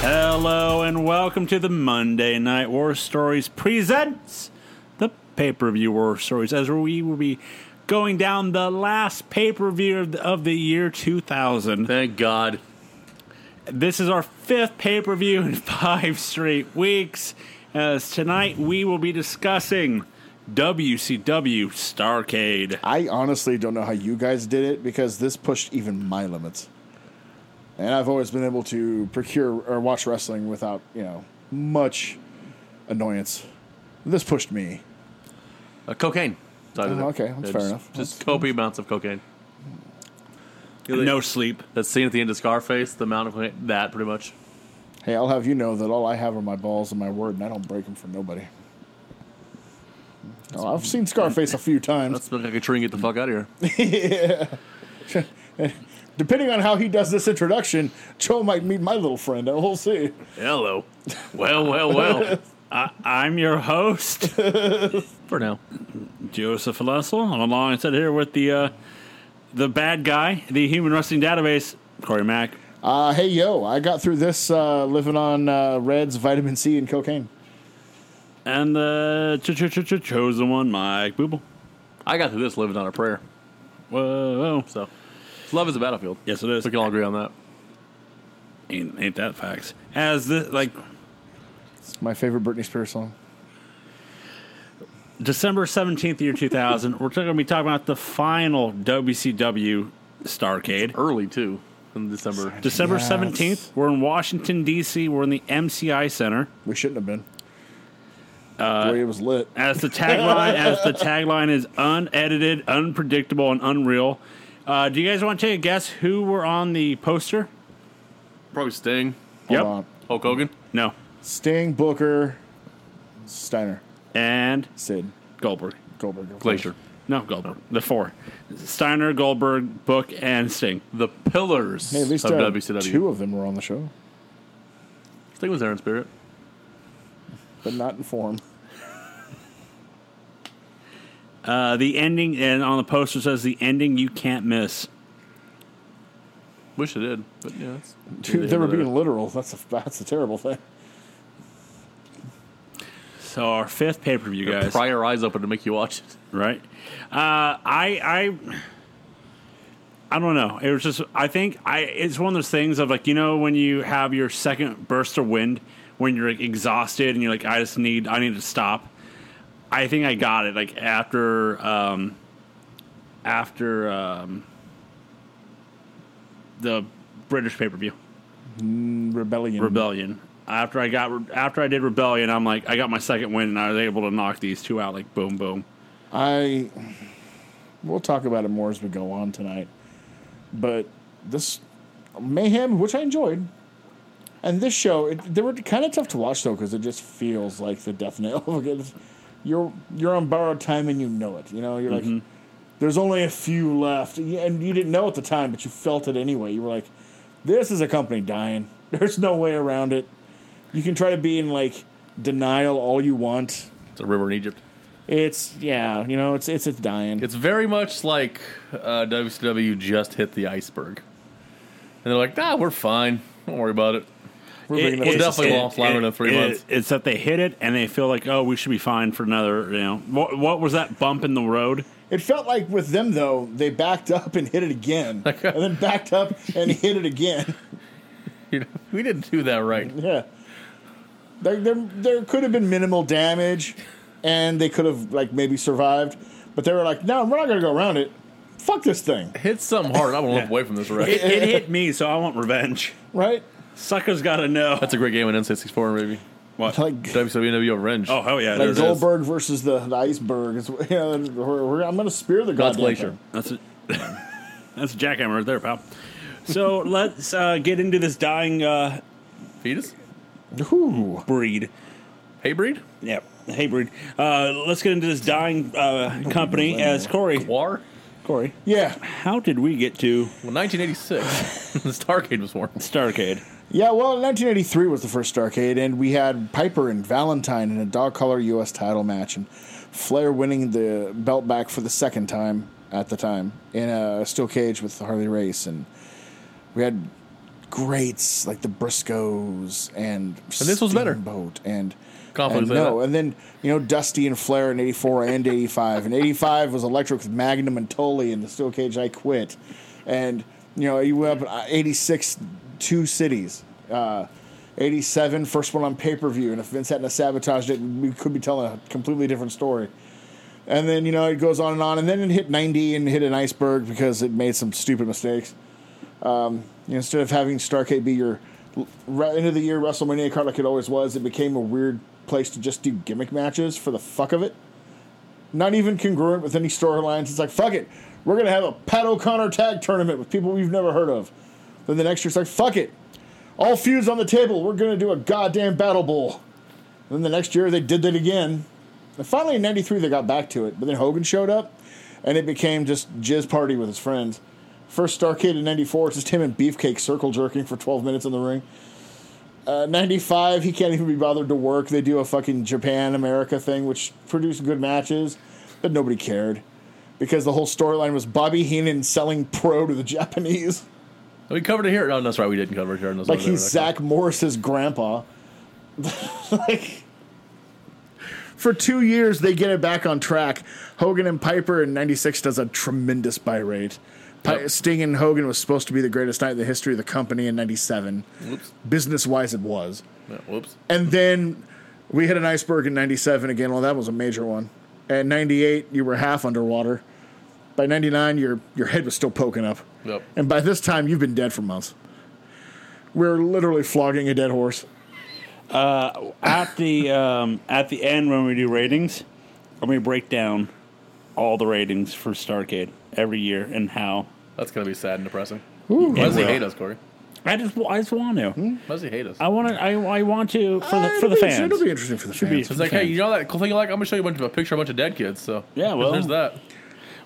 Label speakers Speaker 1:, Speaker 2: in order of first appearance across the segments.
Speaker 1: Hello and welcome to the Monday Night War Stories presents the pay-per-view War Stories as we will be going down the last pay-per-view of the, of the year 2000.
Speaker 2: Thank God.
Speaker 1: This is our fifth pay-per-view in five straight weeks. As tonight we will be discussing WCW Starcade.
Speaker 3: I honestly don't know how you guys did it because this pushed even my limits. And I've always been able to procure or watch wrestling without, you know, much annoyance. This pushed me.
Speaker 2: Uh, cocaine. So I did
Speaker 3: Oh,
Speaker 2: it.
Speaker 3: okay. That's
Speaker 2: Yeah,
Speaker 3: fair
Speaker 2: just,
Speaker 3: enough.
Speaker 2: Just copious amounts of cocaine.
Speaker 1: No sleep.
Speaker 2: That scene at the end of Scarface, the amount of cocaine, that pretty much.
Speaker 3: Hey, I'll have you know that all I have are my balls and my word, and I don't break them for nobody. Oh, I've seen Scarface a few times.
Speaker 2: That's like a tree and get the fuck out of here.
Speaker 3: Depending on how he does this introduction, Joe might meet my little friend. We'll see.
Speaker 2: Hello. Well, well, well.
Speaker 1: I, I'm your host,
Speaker 2: For now.
Speaker 1: Joseph Lessel. I'm alongside here with the uh, the bad guy, the Human Wrestling Database, Corey Mack.
Speaker 3: Uh, hey, yo, I got through this uh, living on uh, Reds, vitamin C, and cocaine.
Speaker 1: And the ch- ch- ch- ch- chosen one, Mike Booble.
Speaker 2: I got through this living on a prayer.
Speaker 1: Whoa.
Speaker 2: So, love is a battlefield.
Speaker 1: Yes, it is.
Speaker 2: We can all agree on that.
Speaker 1: Ain't, ain't that facts? As the like
Speaker 3: It's my favorite Britney Spears song.
Speaker 1: December seventeenth, year two thousand, we're going to be talking about the final WCW Starcade.
Speaker 2: Early, too, in December.
Speaker 1: December
Speaker 3: Yes.
Speaker 1: seventeenth, we're in Washington D.C. We're in the MCI Center.
Speaker 3: We shouldn't have been. the way it was lit.
Speaker 1: As the tagline, as the tagline is unedited, unpredictable, and unreal. Uh, do you guys want to take a guess who were on the poster?
Speaker 2: Probably Sting.
Speaker 3: Hold
Speaker 1: yep.
Speaker 3: on.
Speaker 2: Hulk Hogan.
Speaker 1: No.
Speaker 3: Sting, Booker, Steiner,
Speaker 1: And
Speaker 3: Sid,
Speaker 1: Goldberg.
Speaker 3: Goldberg. of
Speaker 2: Glacier.
Speaker 1: No, Goldberg. The four: Steiner, Goldberg, Book, and Sting.
Speaker 2: The Pillars
Speaker 3: course. Hey, at least
Speaker 2: of
Speaker 3: uh,
Speaker 2: WCW.
Speaker 3: two of them were on the show,
Speaker 2: Sting was there in spirit.
Speaker 3: but not in form.
Speaker 1: Uh, the ending, and on the poster says the ending you can't miss.
Speaker 2: Wish it did. But yeah, that's.
Speaker 3: Dude, they were being literal. That's a that's a terrible thing.
Speaker 1: So our fifth pay per view, guys.
Speaker 2: Pry your eyes open to make you watch it.
Speaker 1: right? Uh, I I I don't know. It was just I think I it's one of those things of like you know when you have your second burst of wind when you're like exhausted and you're like I just need I need to stop. I think I got it like after um, after um, the British pay per view
Speaker 3: Rebellion.
Speaker 1: Rebellion. After I got after I did Rebellion, I'm like I got my second win and I was able to knock these two out like boom boom.
Speaker 3: I. We'll talk about it more as we go on tonight, but this mayhem, which I enjoyed, and this show, it, they were kind of tough to watch though because it just feels like the death nail. Because you're you're on borrowed time and you know it. You know you're like, there's only a few left, Yeah, and you didn't know at the time, but you felt it anyway. You were like, this is a company dying. There's no way around it. You can try to be in like denial all you want.
Speaker 2: It's a river in Egypt.
Speaker 3: It's yeah, you know, it's it's it's dying.
Speaker 2: It's very much like uh, WCW just hit the iceberg, and they're like, "Nah, we're fine. Don't worry about it."
Speaker 3: We're bringing
Speaker 2: We'll
Speaker 3: up
Speaker 2: definitely long slide in three months.
Speaker 1: It's that they hit it and they feel like, oh, we should be fine for another. You know, what, what was that bump in the road?
Speaker 3: It felt like with them though, they backed up and hit it again, and then backed up and hit it again.
Speaker 2: You know, we didn't do that right.
Speaker 3: Yeah, like there there could have been minimal damage, and they could have like maybe survived, but they were like, no, we're not gonna go around it. Fuck this thing,
Speaker 2: Hit something hard. I want to look away from this wreck.
Speaker 1: It, it hit me, so I want revenge.
Speaker 3: right?
Speaker 1: Suckers got to know.
Speaker 2: That's a great game in N64 maybe
Speaker 1: What?
Speaker 3: Like.
Speaker 2: WCW Revenge.
Speaker 1: Oh hell yeah! it
Speaker 3: Like
Speaker 1: is.
Speaker 3: Goldberg versus the, the iceberg. It's, you know, we're, we're, I'm going to spear the
Speaker 2: God's
Speaker 3: goddamn
Speaker 2: Glacier.
Speaker 3: thing.
Speaker 1: That's a, that's a jackhammer right there, pal. So let's uh, get into this dying uh,
Speaker 2: Fetus.
Speaker 3: Ooh.
Speaker 1: breed.
Speaker 2: Hey, breed.
Speaker 1: Yeah, hey breed. Uh, let's get into this dying uh, company as Corey.
Speaker 2: War.
Speaker 1: Corey,
Speaker 3: Yeah,
Speaker 1: how did we get to
Speaker 2: Well, 1986, Starcade was born.
Speaker 1: Starcade?
Speaker 3: Yeah, well, 1983 was the first Starcade, and we had Piper and Valentine in a dog collar U.S. title match, and Flair winning the belt back for the second time at the time in a steel cage with Harley Race, and we had greats like the Briscoes and
Speaker 2: And this was better.
Speaker 3: Boat and.
Speaker 2: Confidence
Speaker 3: and
Speaker 2: in
Speaker 3: no,
Speaker 2: that.
Speaker 3: and then you know Dusty and Flair in '84 and '85, and '85 was electric with Magnum and Tully in the steel cage. I quit, and you know you went up '86 two cities, uh, '87 first one on pay per view, and if Vince hadn't have sabotaged it, we could be telling a completely different story. And then you know it goes on and on, and then it hit '90 and hit an iceberg because it made some stupid mistakes. You know, instead of having Starcade be your l- re- end of the year WrestleMania card like it always was, it became a weird place to just do gimmick matches for the fuck of it. Not even congruent with any storylines. It's like, fuck it. We're going to have a Pat O'Connor tag tournament with people we've never heard of. Then the next year, it's like, fuck it. All feuds on the table. We're going to do a goddamn Battle Bowl. Then the next year, they did it again. And finally, in 93, they got back to it. But then Hogan showed up, and it became just Jizz Party with his friends. First Starcade in 94, it's just him and Beefcake circle jerking for 12 minutes in the ring. Uh, 95, he can't even be bothered to work. They do a fucking Japan America thing, which produced good matches, but nobody cared because the whole storyline was Bobby Heenan selling pro to the Japanese.
Speaker 2: We covered it here. Oh, no, that's right. We didn't cover it here. on this
Speaker 3: Like
Speaker 2: one.
Speaker 3: he's Zach Morris's grandpa. like for two years they get it back on track. Hogan and Piper in '96 does a tremendous buy rate. Pi-
Speaker 2: Yep.
Speaker 3: Sting and Hogan was supposed to be the greatest night in the history of the company in '97.
Speaker 2: Whoops.
Speaker 3: Business wise, it was.
Speaker 2: No, whoops.
Speaker 3: And then we hit an iceberg in 97 again. Well, that was a major one. And 98, you were half underwater. By 99, your, your head was still poking up.
Speaker 2: Yep.
Speaker 3: And by this time, you've been dead for months. We're literally flogging a dead horse.
Speaker 1: at the um, at the end when we do ratings, let me break down all the ratings for Starcade every year and how.
Speaker 2: That's going to be sad and depressing. Why does he
Speaker 1: will.
Speaker 2: hate us, Corey?
Speaker 1: I just I just want to.
Speaker 2: Why does he hate us?
Speaker 1: I want to. I, I want to for the
Speaker 3: Uh,
Speaker 1: for the
Speaker 3: Hmm? it'll be-
Speaker 1: fans.
Speaker 3: It'll be interesting for the
Speaker 1: be-
Speaker 3: fans.
Speaker 2: It's like, hey, you know that cool thing you like? I'm gonna show you a bunch of a picture of a bunch of dead kids. So
Speaker 1: Yeah, well.
Speaker 2: there's that.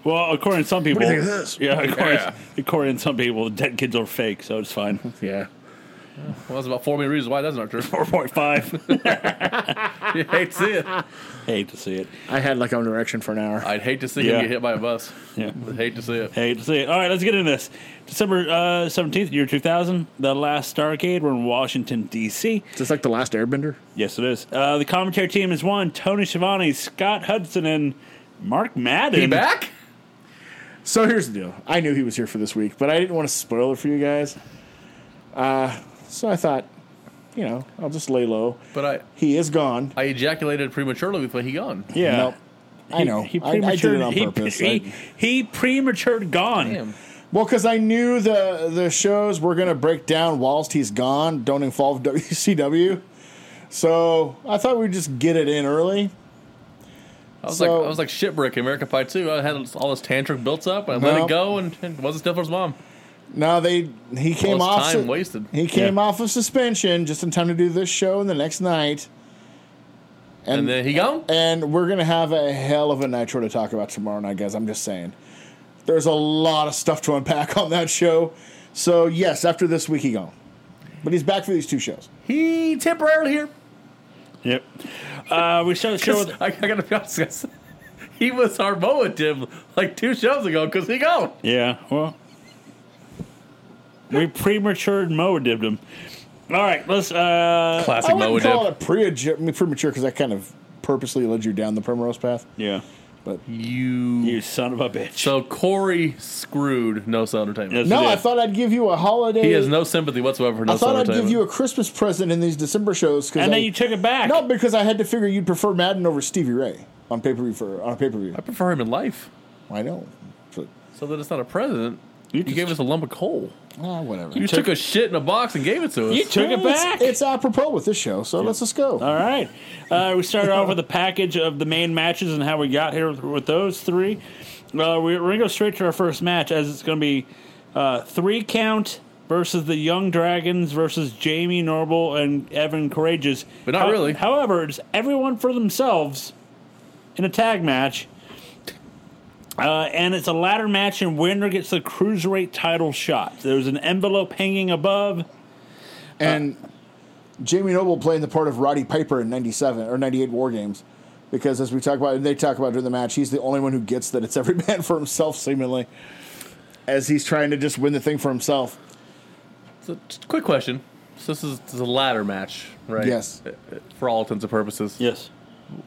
Speaker 1: Well, according to some people,
Speaker 3: What do you think of this?
Speaker 1: yeah, according,
Speaker 2: Yeah.
Speaker 1: according to some people, the dead kids are fake, so it's fine.
Speaker 3: Yeah.
Speaker 2: Well, that's about four million reasons why that's not true.
Speaker 1: Four point five.
Speaker 2: I'd hate to see it.
Speaker 1: Hate to see it.
Speaker 3: I had like an erection for an hour.
Speaker 2: I'd hate to see
Speaker 1: Yeah.
Speaker 2: him get hit by a bus.
Speaker 1: Yeah.
Speaker 2: I'd hate to see it.
Speaker 1: Hate to see it. All right, let's get into this. December uh, seventeenth, year two thousand. The last Starcade. We're in Washington D.C.
Speaker 3: Is this like the last airbender?
Speaker 1: Yes, it is. Uh, the commentary team is one: Tony Schiavone, Scott Hudson, and Mark Madden.
Speaker 2: He back?
Speaker 3: So here's the deal. I knew he was here for this week, but I didn't want to spoil it for you guys. Uh, so I thought, you know, I'll just lay low.
Speaker 2: But I,
Speaker 3: He is gone.
Speaker 2: I ejaculated prematurely before he gone.
Speaker 1: Yeah.
Speaker 3: Nope. I know. I, I did it on
Speaker 1: he-
Speaker 3: purpose.
Speaker 1: He,
Speaker 3: I-
Speaker 1: he prematured gone.
Speaker 2: Damn.
Speaker 3: well, because I knew the the shows were going to break down whilst he's gone. Don't involve WCW. So I thought we'd just get it in early.
Speaker 2: I was
Speaker 3: So-
Speaker 2: like, I was like shit brick in American Pie too. I had all this tantric built up. I let
Speaker 3: No.
Speaker 2: it go, and, and it wasn't Stifler's mom.
Speaker 3: No, they he came
Speaker 2: Well, it's
Speaker 3: off
Speaker 2: time
Speaker 3: su-
Speaker 2: wasted.
Speaker 3: He came
Speaker 1: Yeah.
Speaker 3: off of suspension just in time to do this show and the next night.
Speaker 2: And then he gone.
Speaker 3: And we're going to have a hell of a nitro to talk about tomorrow night, guys. I'm just saying. There's a lot of stuff to unpack on that show. So, yes, after this week, he gone. But he's back for these two shows.
Speaker 2: He temporarily here.
Speaker 1: Yep. Uh, we started the show with.
Speaker 2: I, I gotta be honest, guys. He was our Moa Tim like two shows ago because he gone.
Speaker 1: Yeah. Well, we prematured Moa dibbed him. All right. Let's. Uh,
Speaker 2: Classic
Speaker 3: I
Speaker 2: Moa
Speaker 3: wouldn't call
Speaker 2: Dib.
Speaker 3: it a pre- premature because that kind of purposely led you down the primrose path.
Speaker 1: yeah.
Speaker 2: You
Speaker 1: You son of a bitch.
Speaker 2: So Corey screwed No Cell Entertainment.
Speaker 1: Yes,
Speaker 3: No,
Speaker 1: it
Speaker 3: I
Speaker 1: is.
Speaker 3: thought I'd give you a holiday.
Speaker 2: He has no sympathy whatsoever for No
Speaker 3: I thought
Speaker 2: Cell
Speaker 3: I'd
Speaker 2: Entertainment.
Speaker 3: give you a Christmas present in these December shows. 'cause
Speaker 1: and
Speaker 3: I,
Speaker 1: then you took it back.
Speaker 3: No, because I had to figure you'd prefer Madden over Stevie Ray on pay per view for on a pay per view.
Speaker 2: I prefer him in life,
Speaker 3: I know. But,
Speaker 2: so that it's not a president.
Speaker 1: You
Speaker 2: You,
Speaker 1: just-
Speaker 2: gave us a lump of coal.
Speaker 3: ah, whatever.
Speaker 2: You took, a shit in a box and gave it to us.
Speaker 1: You took it
Speaker 3: It's-
Speaker 1: back.
Speaker 3: It's, apropos with this show, so let's just go.
Speaker 1: All right. Uh, we started off with a package of the main matches and how we got here with, with those three. Uh, we, we're going to go straight to our first match as it's going to be uh, three count versus the Young Dragons versus Jamie Norble and Evan Courageous.
Speaker 2: But not really.
Speaker 1: However, it's everyone for themselves in a tag match. Uh, and it's a ladder match, and winner gets the cruiserweight title shot. There's an envelope hanging above.
Speaker 3: and Jamie Noble playing the part of Roddy Piper in '97 or '98 War Games, because as we talk about, and they talk about during the match, he's the only one who gets that it's every man for himself, seemingly, as he's trying to just win the thing for himself.
Speaker 2: So, just a quick question. So this is, this is a ladder match, right?
Speaker 3: Yes.
Speaker 2: Uh, uh, For all intents and purposes.
Speaker 1: Yes.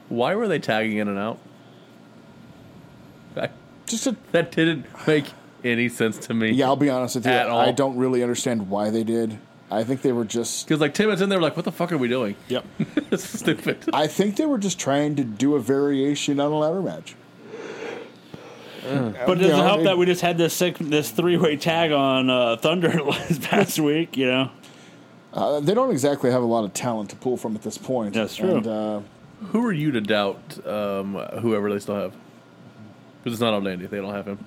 Speaker 2: Why were they tagging in and out? I,
Speaker 3: Just a,
Speaker 2: that didn't make any sense to me.
Speaker 3: yeah, I'll be honest with you.
Speaker 2: At all.
Speaker 3: I don't really understand why they did. I think they were just.
Speaker 2: Because like ten minutes in, they were like, "What the fuck are we doing?"
Speaker 1: Yep.
Speaker 2: This is stupid.
Speaker 3: I think they were just trying to do a variation on a ladder match.
Speaker 1: But it doesn't
Speaker 3: Yeah,
Speaker 1: help
Speaker 3: they-
Speaker 1: that we just had this six, this three way tag on uh, Thunder last past week. You know,
Speaker 3: Uh, they don't exactly have a lot of talent to pull from at this point.
Speaker 1: That's true.
Speaker 3: And, uh,
Speaker 2: Who are you to doubt um, whoever they still have? Because it's not on Dandy. They don't have him.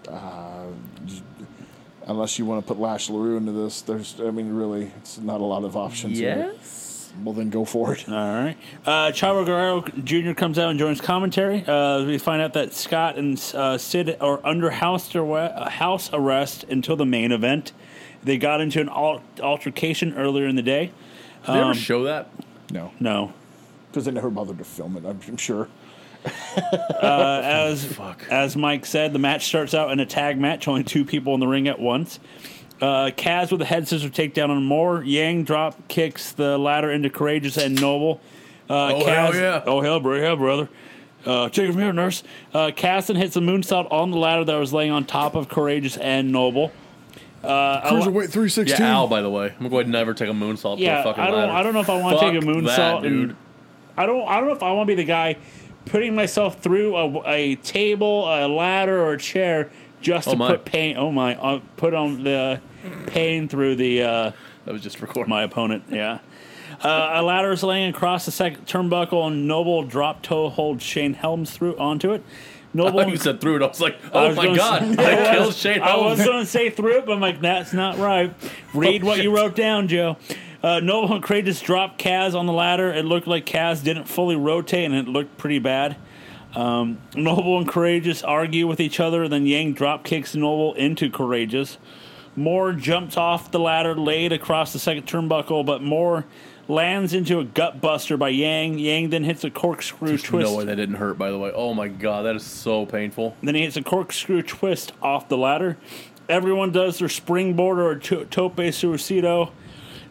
Speaker 3: unless you want to put Lash LaRue into this, there's, I mean, really, it's not a lot of options. here. Well, then go for it.
Speaker 1: all right. Uh, Chavo Guerrero Jr. comes out and joins commentary. Uh, we find out that Scott and uh, Sid are under house, arre- uh, house arrest until the main event. They got into an al- altercation earlier in the day.
Speaker 2: Did they ever show that?
Speaker 3: No,
Speaker 1: No,
Speaker 3: because they never bothered to film it, I'm, I'm sure.
Speaker 1: as as Mike said, the match starts out in a tag match, only two people in the ring at once. Uh, Kaz with a head scissors takedown on Moore. Yang drop kicks the ladder into Courageous and Noble. Uh,
Speaker 2: Oh, hell yeah.
Speaker 1: Oh hell, bro, hell, brother! Uh, take it from here, nurse. Uh, Cass then hits a moonsault on the ladder that was laying on top of Courageous and Noble.
Speaker 3: Cruiserweight
Speaker 2: Oh, Yeah,
Speaker 3: 316.
Speaker 2: Al. By the way, I'm going to never take a moonsault
Speaker 1: Yeah,
Speaker 2: to a fucking
Speaker 1: I don't.
Speaker 2: ladder.
Speaker 1: I don't know if I want to
Speaker 2: Fuck
Speaker 1: take a moonsault.
Speaker 2: that,
Speaker 1: and-
Speaker 2: dude.
Speaker 1: I don't. I don't know if I want to be the guy putting myself through a, a table, a ladder, or a chair just
Speaker 2: Oh,
Speaker 1: to
Speaker 2: my.
Speaker 1: put pain. Oh my! Uh, put on the pain through the uh,
Speaker 2: That was just recording.
Speaker 1: my opponent. Yeah. Uh, a ladder is laying across the second turnbuckle, and Noble drop toe hold Shane Helms through onto it.
Speaker 2: I
Speaker 1: Noble.
Speaker 2: thought you said through it. I was like,
Speaker 1: I
Speaker 2: oh
Speaker 1: was
Speaker 2: my
Speaker 1: gonna
Speaker 2: god,
Speaker 1: say-
Speaker 2: they
Speaker 1: I
Speaker 2: killed
Speaker 1: was-
Speaker 2: Shane
Speaker 1: I was
Speaker 2: Helms.
Speaker 1: going to say through it, but I'm like, that's not right. Read what you
Speaker 2: shit.
Speaker 1: wrote down, Joe. Uh, Noble and Cray just dropped Kaz on the ladder. It looked like Kaz didn't fully rotate, and it looked pretty bad. Um, Noble and Courageous argue with each other, then Yang drop kicks Noble into Courageous. Moore jumps off the ladder, laid across the second turnbuckle, but Moore lands into a gut buster by Yang. Yang then hits a corkscrew
Speaker 2: There's
Speaker 1: twist.
Speaker 2: no way that didn't hurt. By the way, oh my god, that is so painful.
Speaker 1: Then he hits a corkscrew twist off the ladder. Everyone does their springboard or to- tope suicido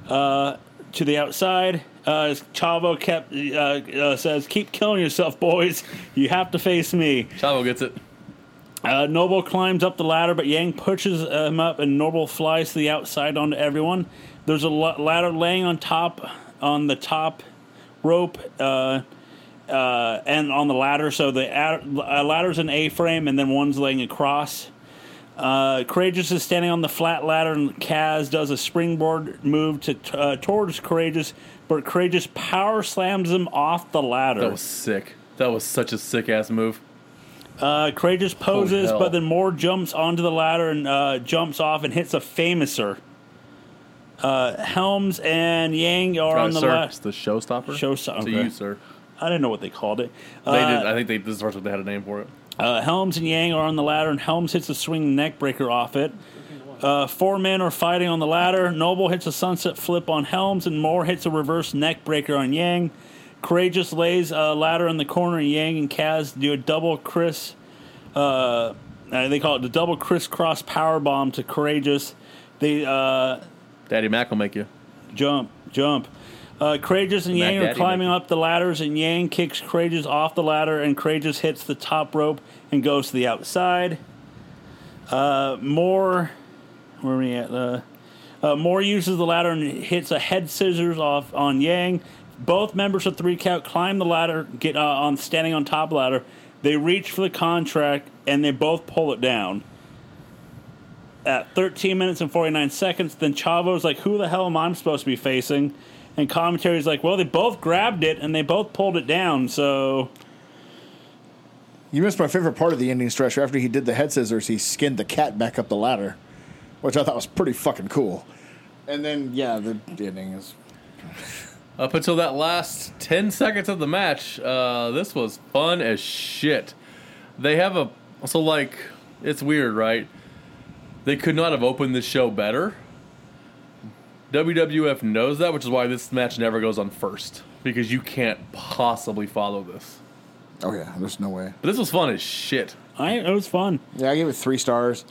Speaker 1: uh, to the outside. Uh, Chavo kept uh, uh, says, "Keep killing yourself, boys. You have to face me."
Speaker 2: Chavo gets it.
Speaker 1: Uh, Noble climbs up the ladder, but Yang pushes uh, him up, and Noble flies to the outside onto everyone. There's a la- ladder laying on top, on the top rope, uh, uh, and on the ladder. So the ad- uh, ladder's an A-frame, and then one's laying across. Uh, Courageous is standing on the flat ladder, and Kaz does a springboard move to t- uh, towards Courageous, but Courageous power slams him off the ladder.
Speaker 2: That was sick. That was such a sick ass move.
Speaker 1: Uh, Courageous poses,
Speaker 2: Oh, hell.
Speaker 1: but then Moore jumps onto the ladder and uh, jumps off and hits a famouser. Uh, Helms and Yang are
Speaker 2: Uh,
Speaker 1: on the
Speaker 2: sir,
Speaker 1: left.
Speaker 2: it's the showstopper.
Speaker 1: Showstopper.
Speaker 2: To you, sir.
Speaker 1: I didn't know what they called it.
Speaker 2: They
Speaker 1: Uh,
Speaker 2: did. I think they. This is the first time they had a name for it.
Speaker 1: uh, Helms and Yang are on the ladder, and Helms hits a swing neck breaker off it. Uh, four men are fighting on the ladder. Noble hits a sunset flip on Helms, and Moore hits a reverse neck breaker on Yang. Courageous lays a ladder in the corner, and Yang and Kaz do a double Chris. Uh, uh, they call it the double crisscross power bomb to Courageous. They uh,
Speaker 2: Daddy Mac will make you.
Speaker 1: jump, jump. Uh, Courageous and
Speaker 2: Mac
Speaker 1: Yang are
Speaker 2: Daddy
Speaker 1: climbing
Speaker 2: make
Speaker 1: up the ladders, and Yang kicks Courageous off the ladder, and Courageous hits the top rope and goes to the outside. Uh, Moore, where are we at? Uh, uh, Moore uses the ladder and hits a head scissors off on Yang. Both members of three count climb the ladder, get uh, on standing on top ladder. They reach for the contract, and they both pull it down at 13 minutes and 49 seconds. Then Chavo's like, who the hell am I supposed to be facing? And commentary's like, well, they both grabbed it and they both pulled it down. So,
Speaker 3: You missed my favorite part of the ending stretch. After he did the head scissors, he skinned the cat back up the ladder, which I thought was pretty fucking cool. And then, yeah, the ending is.
Speaker 2: Up until that last 10 seconds of the match, uh, this was fun as shit. They have a. So, like, it's weird, right? They could not have opened this show better. WWF knows that, which is why this match never goes on first. Because you can't possibly follow this.
Speaker 3: Oh yeah, there's no way.
Speaker 2: But this was fun as shit.
Speaker 1: I, it was fun.
Speaker 3: Yeah, I gave it three stars.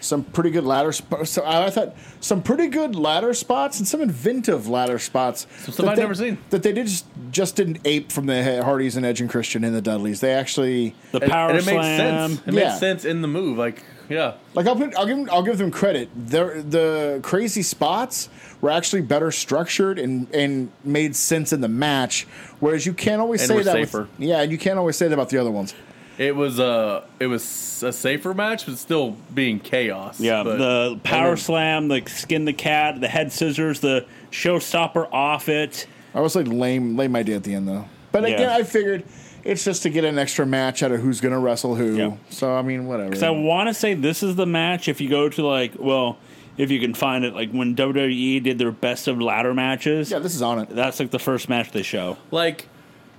Speaker 3: Some pretty good ladder spots. So I I thought some pretty good ladder spots and some inventive ladder spots. Some
Speaker 2: stuff I'd never seen.
Speaker 3: That they did just, just didn't ape from the Hardys and Edge and Christian and the Dudleys. They actually
Speaker 1: The
Speaker 2: And-
Speaker 1: power
Speaker 2: and it
Speaker 1: slam.
Speaker 2: made sense. It
Speaker 3: Yeah.
Speaker 2: made sense in the move. Like, yeah.
Speaker 3: like I'll put I'll give them, I'll give them credit. Their the crazy spots were actually better structured and and made sense in the match. Whereas you can't always
Speaker 2: And
Speaker 3: say
Speaker 2: were
Speaker 3: that.
Speaker 2: safer.
Speaker 3: With, yeah, and you can't always say that about the other ones.
Speaker 2: It was a it was a safer match, but still being chaos.
Speaker 1: Yeah,
Speaker 2: but
Speaker 1: the power slam, the skin the cat, the head scissors, the showstopper off it.
Speaker 3: I was like lame lame idea at the end though. But
Speaker 1: Yeah.
Speaker 3: again, I figured it's just to get an extra match out of who's gonna wrestle who.
Speaker 1: Yep.
Speaker 3: So I mean, whatever.
Speaker 1: So I want to say this is the match. If you go to like, well, if you can find it, like when WWE did their best of ladder matches,
Speaker 3: yeah, this is on it.
Speaker 1: that's like the first match they show.
Speaker 2: like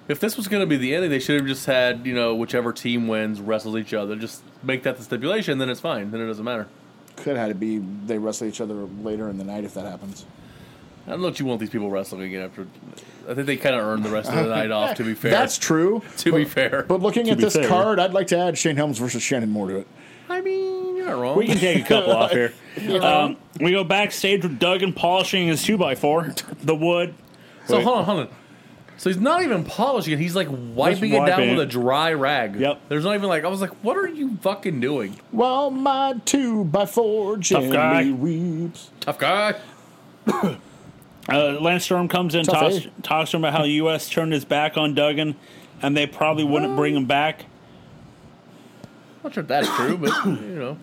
Speaker 2: if this was gonna be the ending, they should have just had, you know, whichever team wins wrestles each other. Just make that the stipulation, then it's fine. Then it doesn't matter.
Speaker 3: Could have had to be they wrestle each other later in the night if that happens.
Speaker 2: I don't know if you want these people wrestling again after I think they kinda earned the rest of the night off to be fair.
Speaker 3: That's true.
Speaker 2: to be fair.
Speaker 3: But looking at
Speaker 1: be
Speaker 3: this
Speaker 1: fair.
Speaker 3: card, I'd like to add Shane Helms versus Shannon Moore to it.
Speaker 2: I mean you're not wrong.
Speaker 1: We can take a couple off here. Um, we go backstage with Doug and polishing his 2x4, the wood.
Speaker 2: so
Speaker 3: Wait.
Speaker 2: hold on, hold on. So he's not even polishing it, he's like wiping it
Speaker 1: wiping
Speaker 2: down with
Speaker 1: it.
Speaker 2: a dry rag.
Speaker 1: Yep.
Speaker 2: There's not even like I was like, what are you fucking doing?
Speaker 3: While my two by four gently
Speaker 1: guy.
Speaker 3: weeps.
Speaker 2: Tough guy.
Speaker 1: Uh, Lance Storm comes in,
Speaker 3: Tough
Speaker 1: talks,
Speaker 3: A.
Speaker 1: talks to him about how U.S. turned his back on Duggan and they probably wouldn't bring him back.
Speaker 2: Not sure if that's true, but you know.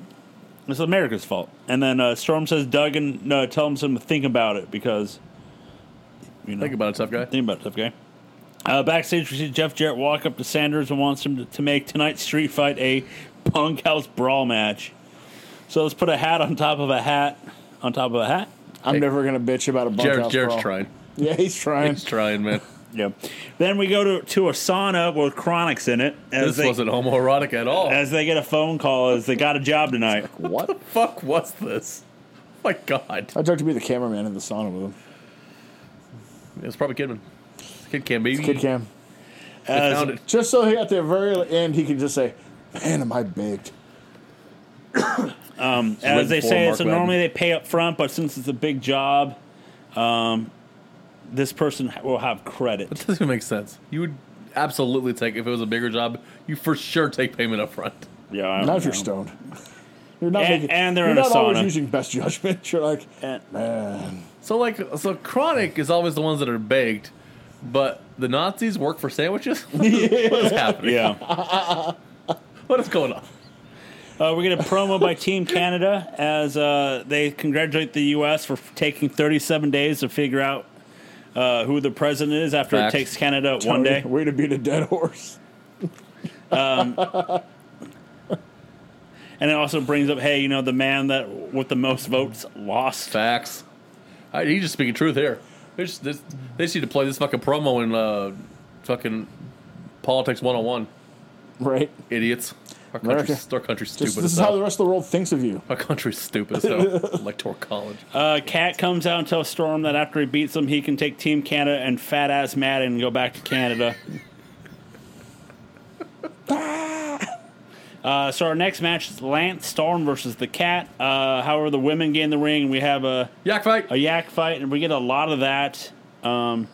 Speaker 1: It's America's fault. And then uh, Storm says Duggan, no, tell him something, think about it because, you know,
Speaker 2: Think about it, tough guy.
Speaker 1: Think about it, tough guy. Uh, backstage, we see Jeff Jarrett walk up to Sanders and wants him to, to make tonight's street fight a bunkhouse brawl match. So let's put a hat on top of a hat on top of a hat.
Speaker 3: I'm never gonna bitch about a
Speaker 2: Jared,
Speaker 3: bunkhouse
Speaker 2: Jared's
Speaker 3: brawl.
Speaker 2: trying.
Speaker 3: Yeah, he's trying.
Speaker 2: He's trying, man.
Speaker 1: Yeah. Then we go to, to a sauna with Chronics in it. As
Speaker 2: This
Speaker 1: they,
Speaker 2: wasn't homoerotic at all.
Speaker 1: As they get a phone call, as they got a job tonight.
Speaker 3: what?
Speaker 2: fuck was this? Oh My God,
Speaker 3: I'd like to be the cameraman in the sauna with him.
Speaker 2: it was probably Kidman. Kid Cam, baby.
Speaker 3: Kid Cam.
Speaker 2: They
Speaker 1: As-
Speaker 2: found it.
Speaker 3: Just so he at the very end he can just say, "Man, am I baked."
Speaker 1: as they
Speaker 2: for
Speaker 1: say,
Speaker 2: Mark
Speaker 1: so
Speaker 2: Madden.
Speaker 1: normally they pay up front, but since it's a big job, um, this person ha- will have credit.
Speaker 2: Doesn't even make sense. You would absolutely take if it was a bigger job. You for sure take payment up front.
Speaker 1: Yeah, I
Speaker 3: Not
Speaker 1: don't
Speaker 3: if you're
Speaker 1: know.
Speaker 3: stoned. You're not
Speaker 1: Oh, And-
Speaker 3: making,
Speaker 1: and they're
Speaker 3: you're
Speaker 1: in a
Speaker 3: not always
Speaker 1: sauna.
Speaker 3: using best judgment. You're like,
Speaker 1: And-
Speaker 3: man,
Speaker 2: So like, so chronic is always the ones that are baked, but the Nazis work for sandwiches. what is happening?
Speaker 1: Yeah.
Speaker 2: What is going on?
Speaker 1: Uh, we get a promo by Team Canada as uh, they congratulate the U.S. for taking 37 days to figure out uh, who the president is after
Speaker 2: Facts.
Speaker 1: it takes Canada
Speaker 3: Tony,
Speaker 1: one day.
Speaker 3: way to beat a dead horse.
Speaker 1: And it also brings up, hey, you know, the man that with the most votes lost.
Speaker 2: Facts. I, he's just speaking truth here. They just, this, they just need to play this fucking promo in uh, fucking politics 101.
Speaker 3: Right?
Speaker 2: Idiots. Our country's,
Speaker 3: America.
Speaker 2: our country's stupid.
Speaker 3: Just, this
Speaker 2: as
Speaker 3: is how
Speaker 2: hell.
Speaker 3: the rest of the world thinks of you.
Speaker 2: Our country's stupid as hell. Electoral college.
Speaker 1: Uh, Cat comes out and tells Storm that after he beats him, he can take Team Canada and fat ass Madden and go back to Canada. uh, so our next match is Lance Storm versus the Cat. Uh, however, the women get in the ring. and We have a
Speaker 2: Yak fight.
Speaker 1: a yak fight, and we get a lot of that. Um,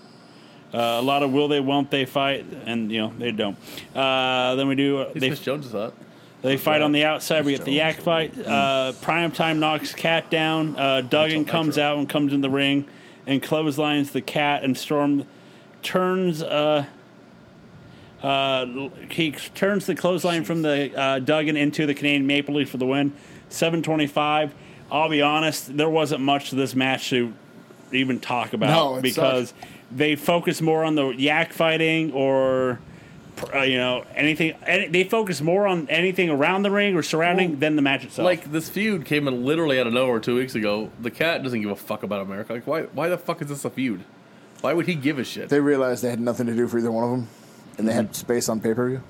Speaker 1: uh, a lot of will they, won't they fight, and you know they don't. Uh, then we do
Speaker 2: They,
Speaker 1: they
Speaker 2: Miss Jones is hot.
Speaker 1: they fight on the outside. We get the yak fight.
Speaker 3: Mm.
Speaker 1: Uh, Prime time knocks cat down. Uh, Duggan
Speaker 2: Nitro.
Speaker 1: comes out and comes in the ring, and clotheslines the cat, and Storm turns. Uh, uh, l- he turns the clothesline from the uh, Duggan into the Canadian Maple Leaf for the win. 725. I'll be honest, there wasn't much to this match to even talk about
Speaker 3: No, it
Speaker 1: because they focus more on the yak fighting or uh, you know anything. Any, they focus more on anything around the ring or surrounding than the match itself.
Speaker 2: Like this feud came in literally out of nowhere two weeks ago. The cat doesn't give a fuck about America. Like why? Why the fuck is this a feud? Why would he give a shit?
Speaker 3: They realized they had nothing to do for either one of them, and they had space on pay per view.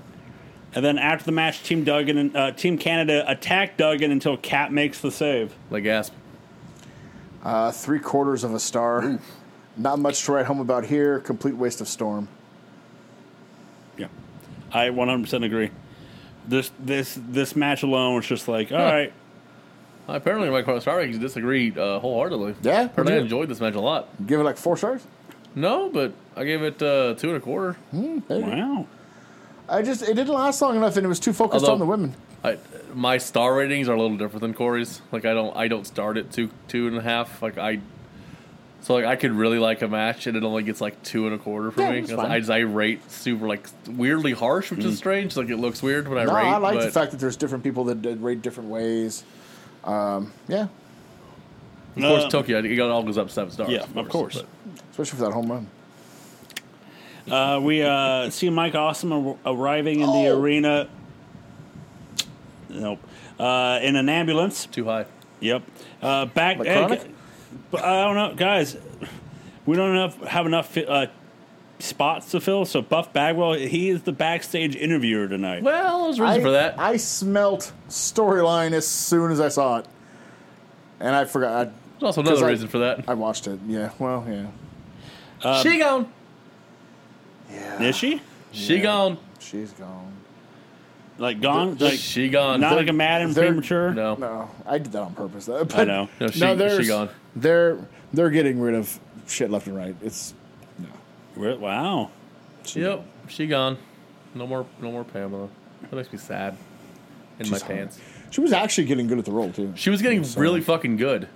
Speaker 1: and then after the match, Team Duggan and uh, Team Canada attack Duggan until Cat makes the save.
Speaker 2: like gasp.
Speaker 3: Uh, three quarters of a star. Not much to write home about here. Complete waste of storm.
Speaker 1: Yeah. I 100% agree. This this this match alone was just like, all
Speaker 2: Huh.
Speaker 1: right,
Speaker 2: Uh, Apparently, my Starbucks disagreed uh, wholeheartedly.
Speaker 3: Yeah?
Speaker 2: Apparently, I
Speaker 3: Would you-
Speaker 2: enjoyed this match a lot.
Speaker 3: Give it like four stars.
Speaker 2: No, but I gave it uh, two and a quarter.
Speaker 1: wow.
Speaker 3: I just it didn't last long enough, and it was too focused
Speaker 2: Although-
Speaker 3: on the women.
Speaker 2: I, my star ratings are a little different than Corey's. Like I don't I don't start at two two and a half. Like I so like I could really like a match and it only gets like two and a quarter for
Speaker 3: Yeah,
Speaker 2: me.
Speaker 3: that's
Speaker 2: 'Cause
Speaker 3: fine. Mm.
Speaker 2: I, just- I rate super like weirdly harsh, which is strange. Like it looks weird when I
Speaker 3: No,
Speaker 2: rate.
Speaker 3: I like
Speaker 2: but
Speaker 3: the fact that there's different people that, that rate different ways. Um, yeah,
Speaker 2: of course
Speaker 1: Um,
Speaker 2: Tokyo it all goes up seven stars.
Speaker 1: Yeah, of course.
Speaker 2: but-
Speaker 3: especially for that home run.
Speaker 1: Uh, we uh, see Mike Awesome ar- arriving in the
Speaker 3: Oh.
Speaker 1: arena. Nope. Uh, in an ambulance.
Speaker 2: too high.
Speaker 1: Yep. Uh, back.
Speaker 3: Like
Speaker 1: hey,
Speaker 3: Chronic?
Speaker 1: gu- but I don't know, guys. We don't enough, have enough fi- uh, spots to fill. So Buff Bagwell, he is the backstage interviewer tonight.
Speaker 2: Well, there's reason
Speaker 3: I,
Speaker 2: for that.
Speaker 3: I smelt storyline as soon as I saw it, and I forgot.
Speaker 2: there's also
Speaker 3: 'cause
Speaker 2: another
Speaker 3: I-
Speaker 2: reason for that.
Speaker 3: I, I watched it. Yeah. Well. Yeah.
Speaker 1: Um,
Speaker 2: she gone.
Speaker 3: Yeah.
Speaker 1: Is she
Speaker 2: She gone.
Speaker 3: She's gone.
Speaker 1: like gone? like
Speaker 2: she gone.
Speaker 1: not like a Madden
Speaker 3: they're-
Speaker 1: premature.
Speaker 2: no.
Speaker 3: No, I did that on purpose. Though, but
Speaker 1: I know.
Speaker 2: Oh. No, she,
Speaker 3: no, there's
Speaker 2: she gone.
Speaker 3: they're they're getting rid of shit left and right. It's no.
Speaker 1: We're- Wow.
Speaker 3: She-
Speaker 2: Yep, she gone. No more, no more Pamela. That makes me sad. In my
Speaker 3: She's hot.
Speaker 2: pants.
Speaker 3: She was actually getting good at the role too.
Speaker 2: She was getting really fucking good.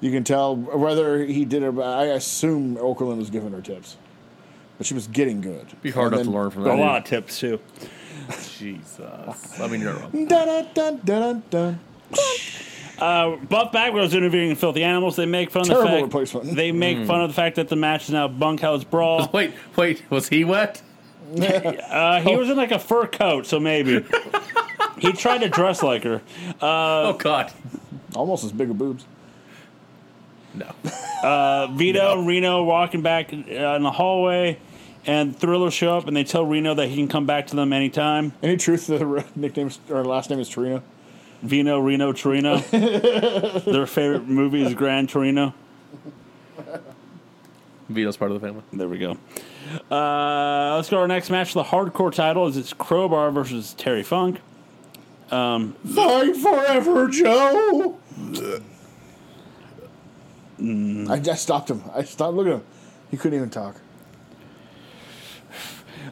Speaker 3: You can tell whether he did or I assume Oakland was giving her tips, but she was getting good.
Speaker 2: Be hard
Speaker 3: And
Speaker 2: not to learn from
Speaker 1: A
Speaker 2: that.
Speaker 1: lot of tips too.
Speaker 2: dude. Jesus. I mean, you're wrong.
Speaker 3: Dun, dun, dun, dun, dun.
Speaker 1: Uh, Buff Bagwell's interviewing Filthy Animals. They make fun of
Speaker 3: Terrible
Speaker 1: the fact
Speaker 3: replacement.
Speaker 1: they make fun of the fact that the match is now bunkhouse brawl.
Speaker 2: Wait, wait. Was he wet?
Speaker 1: Uh, he was in like a fur coat, so maybe he tried to dress like her.
Speaker 2: oh
Speaker 3: Uh,
Speaker 2: God.
Speaker 3: Almost as big a boobs.
Speaker 2: No.
Speaker 1: Vito and Reno walking back uh, in the hallway, and Thriller show up and they tell Reno that he can come back to them anytime.
Speaker 3: Any truth to the nickname or last name is Torino?
Speaker 1: Vino, Reno, Torino. Their favorite movie is Grand Torino.
Speaker 2: Vito's part of the family.
Speaker 1: There we go. Uh, let's go to our next match. The hardcore title is it's Crowbar versus Terry Funk.
Speaker 3: Fight forever, Joe. I just stopped him. I stopped. Look at him. He couldn't even talk.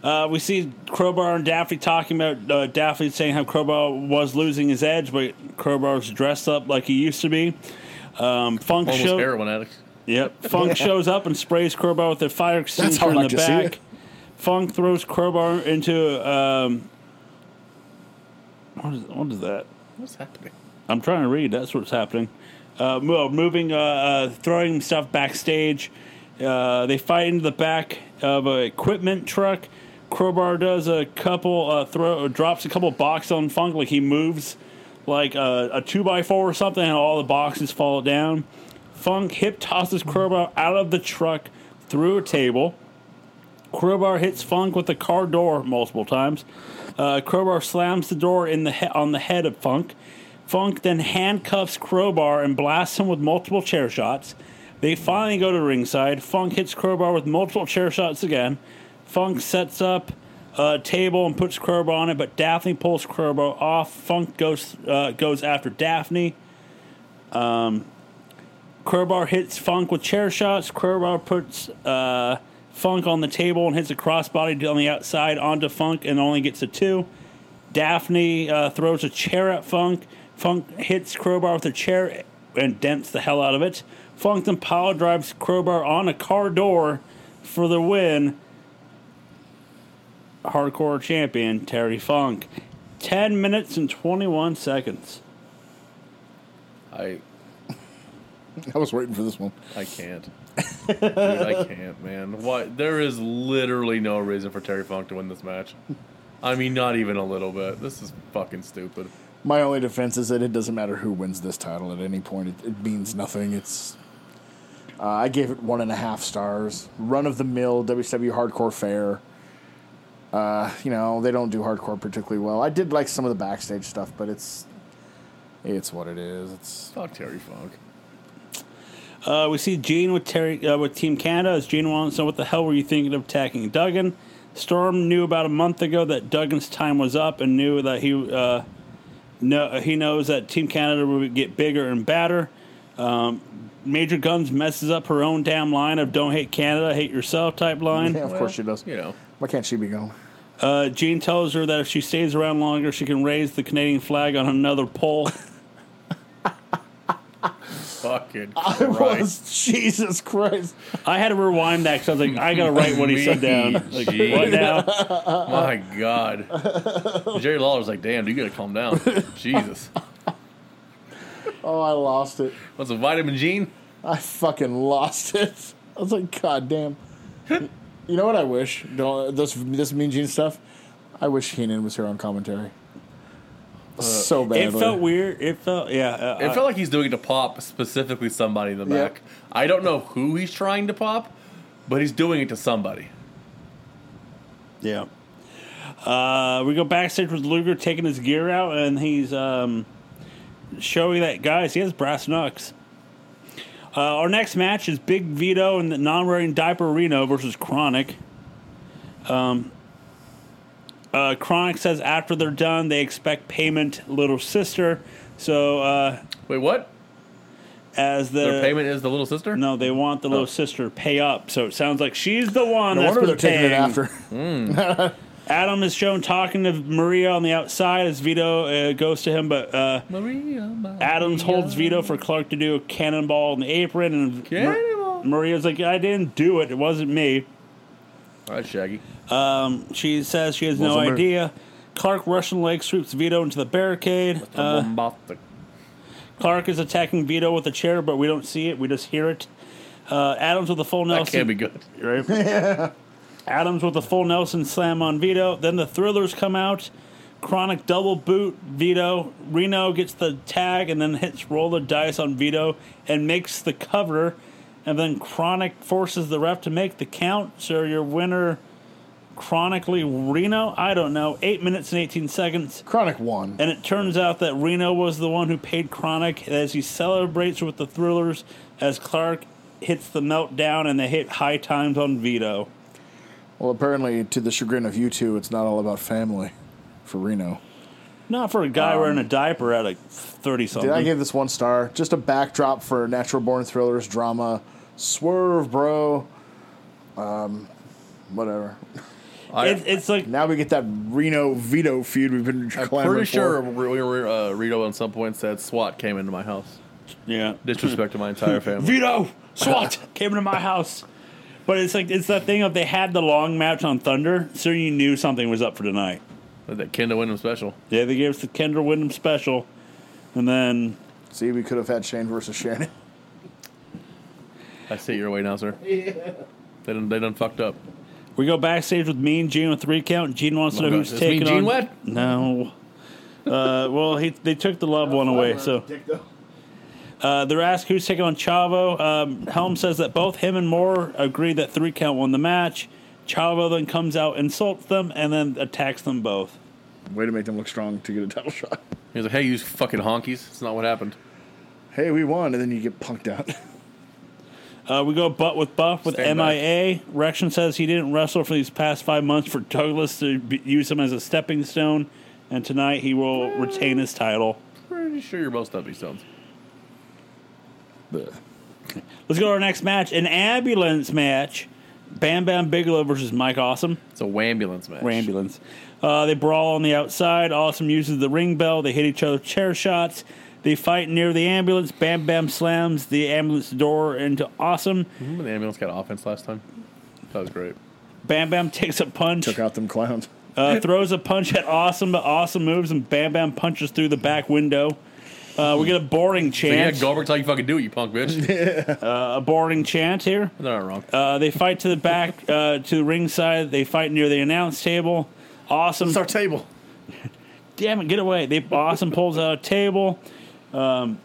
Speaker 1: Uh, we see Crowbar and Daffy talking about uh, Daffy saying how Crowbar was losing his edge, but Crowbar's dressed up like he used to be. Um, Funk
Speaker 2: Almost
Speaker 1: show-
Speaker 2: heroin addict.
Speaker 1: Yep. Funk shows up and sprays Crowbar with a fire extinguisher
Speaker 3: how I
Speaker 1: in the
Speaker 3: like to see
Speaker 1: back.
Speaker 3: it.
Speaker 1: Funk throws Crowbar into um, what is what is that?
Speaker 2: What's happening?
Speaker 1: I'm trying to read. That's what's happening. Uh, mo- moving, uh, uh, throwing stuff backstage. Uh, they fight into the back of an equipment truck. Crowbar does a couple uh, throw, drops a couple boxes on Funk. Like he moves like a, a two by four or something, and all the boxes fall down. Funk hip tosses Crowbar out of the truck through a table. Crowbar hits Funk with the car door multiple times. Uh, Crowbar slams the door in the he- on the head of Funk. Funk then handcuffs Crowbar and blasts him with multiple chair shots. They finally go to ringside. Funk hits Crowbar with multiple chair shots again. Funk sets up a table and puts Crowbar on it, but Daphne pulls Crowbar off. Funk goes uh, goes after Daphne. Um, Crowbar hits Funk with chair shots. Crowbar puts uh, Funk on the table and hits a crossbody on the outside onto Funk and only gets a two. Daphne uh, throws a chair at Funk. Funk hits Crowbar with a chair and dents the hell out of it. Funk then pile drives Crowbar on a car door for the win. Hardcore champion Terry Funk. 10 minutes and 21 seconds.
Speaker 2: I
Speaker 3: I was waiting for this one.
Speaker 2: I can't. Dude, I can't, man. Why? There is literally no reason for Terry Funk to win this match. I mean, not even a little bit. This is fucking stupid.
Speaker 3: My only defense is that it doesn't matter who wins this title at any point. It, it means nothing. It's. Uh, I gave it one and a half stars. Run of the mill WCW hardcore fair. Uh, you know they don't do hardcore particularly well. I did like some of the backstage stuff, but it's. It's what it is. It's
Speaker 2: Fuck Terry Funk.
Speaker 1: Uh, we see Gene with Terry uh, with Team Canada as Gene wants to know what the hell were you thinking of attacking Duggan. Storm knew about a month ago that Duggan's time was up and knew that he uh, no, he knows that Team Canada will get bigger and badder. Um, Major Guns messes up her own damn line of "Don't hate Canada, hate yourself" type line.
Speaker 3: Yeah, of course she does.
Speaker 2: You know,
Speaker 3: Why can't she be gone?
Speaker 1: Uh, Jean tells her that if she stays around longer, she can raise the Canadian flag on another pole.
Speaker 2: fucking
Speaker 3: It
Speaker 2: Christ.
Speaker 3: was Jesus Christ.
Speaker 1: I had to rewind that because I was like, I gotta write what he said down. Like,
Speaker 2: Jeez.
Speaker 1: what now?
Speaker 2: My God. Jerry Lawler's like, damn, you gotta calm down. Jesus.
Speaker 3: Oh, I lost it.
Speaker 2: What's a vitamin gene?
Speaker 3: I fucking lost it. I was like, God damn. you know what I wish? Don't- This this Mean Gene stuff. I wish Heenan was here on commentary. so
Speaker 1: Uh, It
Speaker 3: badly.
Speaker 1: felt weird. It felt yeah. Uh,
Speaker 2: It felt like he's doing it to pop specifically somebody in the
Speaker 3: Yeah.
Speaker 2: back. I don't know who he's trying to pop, but he's doing it to somebody.
Speaker 1: Yeah. Uh, we go backstage with Luger taking his gear out, and he's um, showing that guys he has brass knucks. Uh, our next match is Big Vito and the non-wearing diaper Reno versus Chronic. Um, uh, Chronic says after they're done, they expect payment, little sister. So uh,
Speaker 2: Wait, what?
Speaker 1: as the
Speaker 2: Their payment is the little sister?
Speaker 1: Uh, no, they want the little sister to pay up. So it sounds like she's the one.
Speaker 3: Oh. no
Speaker 1: that's
Speaker 3: wonder
Speaker 1: been
Speaker 3: they're taking it
Speaker 1: paying.
Speaker 3: after.
Speaker 1: Adam is shown talking to Maria on the outside as Vito uh, goes to him, but uh,
Speaker 2: Maria, Maria.
Speaker 1: Adams holds Vito for Clark to do a cannonball on the apron, and Mar-
Speaker 2: Cannonball.
Speaker 1: Maria's like, "I didn't do it. It wasn't me."
Speaker 2: All right, Shaggy.
Speaker 1: She says she has no
Speaker 3: Wasn't me.
Speaker 1: idea. Clark Russian leg sweeps Vito into the barricade. Uh,
Speaker 2: Bombastic.
Speaker 1: Clark is attacking Vito with a chair, but we don't see it. We just hear it. Uh, Adams with a full
Speaker 2: that
Speaker 1: Nelson.
Speaker 2: can't be good.
Speaker 1: Adams with a full Nelson slam on Vito. Then the thrillers come out. Chronic double boot Vito. Reno gets the tag and then hits roll the dice on Vito and makes the cover. And then Chronic forces the ref to make the count. So your winner, chronically Reno, I don't know, 8 minutes and 18 seconds.
Speaker 3: Chronic won.
Speaker 1: And it turns out that Reno was the one who paid Chronic as he celebrates with the thrillers as Clark hits the meltdown and they hit high times on Vito.
Speaker 3: Well, apparently, to the chagrin of you two, it's not all about family for Reno.
Speaker 1: Not for a
Speaker 2: Um,
Speaker 1: guy wearing a diaper at like thirty something.
Speaker 3: Did I give this one star? Just a backdrop for Natural Born Thrillers drama. Swerve, bro. Um, whatever.
Speaker 2: I,
Speaker 1: It- it's like
Speaker 3: Now we get that Reno Vito feud we've been
Speaker 2: I'm
Speaker 3: clamoring
Speaker 2: pretty sure
Speaker 3: for.
Speaker 2: we were, uh, Rito at some point said SWAT came into my house.
Speaker 1: yeah,
Speaker 2: Disrespect to my entire family.
Speaker 1: Vito SWAT came into my house, but it's like it's that thing of they had the long match on Thunder, so you knew something was up for tonight.
Speaker 2: that Kenda Wyndham special.
Speaker 1: Yeah, they gave us the Kendra Wyndham special, and then
Speaker 3: See, we could have had Shane versus Shannon.
Speaker 2: I see it your way now, sir. Yeah. They done, they done fucked up.
Speaker 1: we go backstage with Mean Gene with three count. Gene wants to
Speaker 2: Oh
Speaker 1: know
Speaker 2: my
Speaker 1: who's
Speaker 2: God, is Mean
Speaker 1: taking
Speaker 2: Gene
Speaker 1: on.
Speaker 2: wet?
Speaker 1: No. Uh, well, he, they took the loved one away, so Uh, they're asked who's taking on Chavo. Um, Helm says that both him and Moore agree that three count won the match. Chavo then comes out, insults them, and then attacks them both.
Speaker 3: Way to make them look strong to get a title shot.
Speaker 2: He was like, hey, you fucking honkies. It's not what happened.
Speaker 3: Hey, we won, and then you get punked out.
Speaker 1: Uh, we go butt with buff with
Speaker 2: Stand by.
Speaker 1: MIA. Rection says he didn't wrestle for these past five months for Douglas to be, use him as a stepping stone, and tonight he will retain his title.
Speaker 2: Pretty sure you're both stepping stones.
Speaker 1: Let's go to our next match an ambulance match Bam Bam Bigelow versus Mike Awesome.
Speaker 2: It's a wambulance match.
Speaker 1: ambulance. Uh, they brawl on the outside. Awesome uses the ring bell. They hit each other with chair shots. They fight near the ambulance. Bam Bam slams the ambulance door into Awesome.
Speaker 2: Remember the ambulance got offense last time? That was great.
Speaker 1: Bam Bam takes a punch,
Speaker 3: Took out them clowns.
Speaker 1: uh, throws a punch at Awesome, but Awesome moves and Bam Bam punches through the back window. Uh, we get a boring
Speaker 2: But yeah,
Speaker 1: chant.
Speaker 2: Goldberg's how you fucking do it, you punk bitch. They're
Speaker 1: a boring chant here.
Speaker 2: not wrong.
Speaker 1: Uh, they fight to the back, uh, to the ringside. They fight near the announce table. Awesome
Speaker 3: It's our table.
Speaker 1: damn it, get away. They Awesome pulls out a table. Um,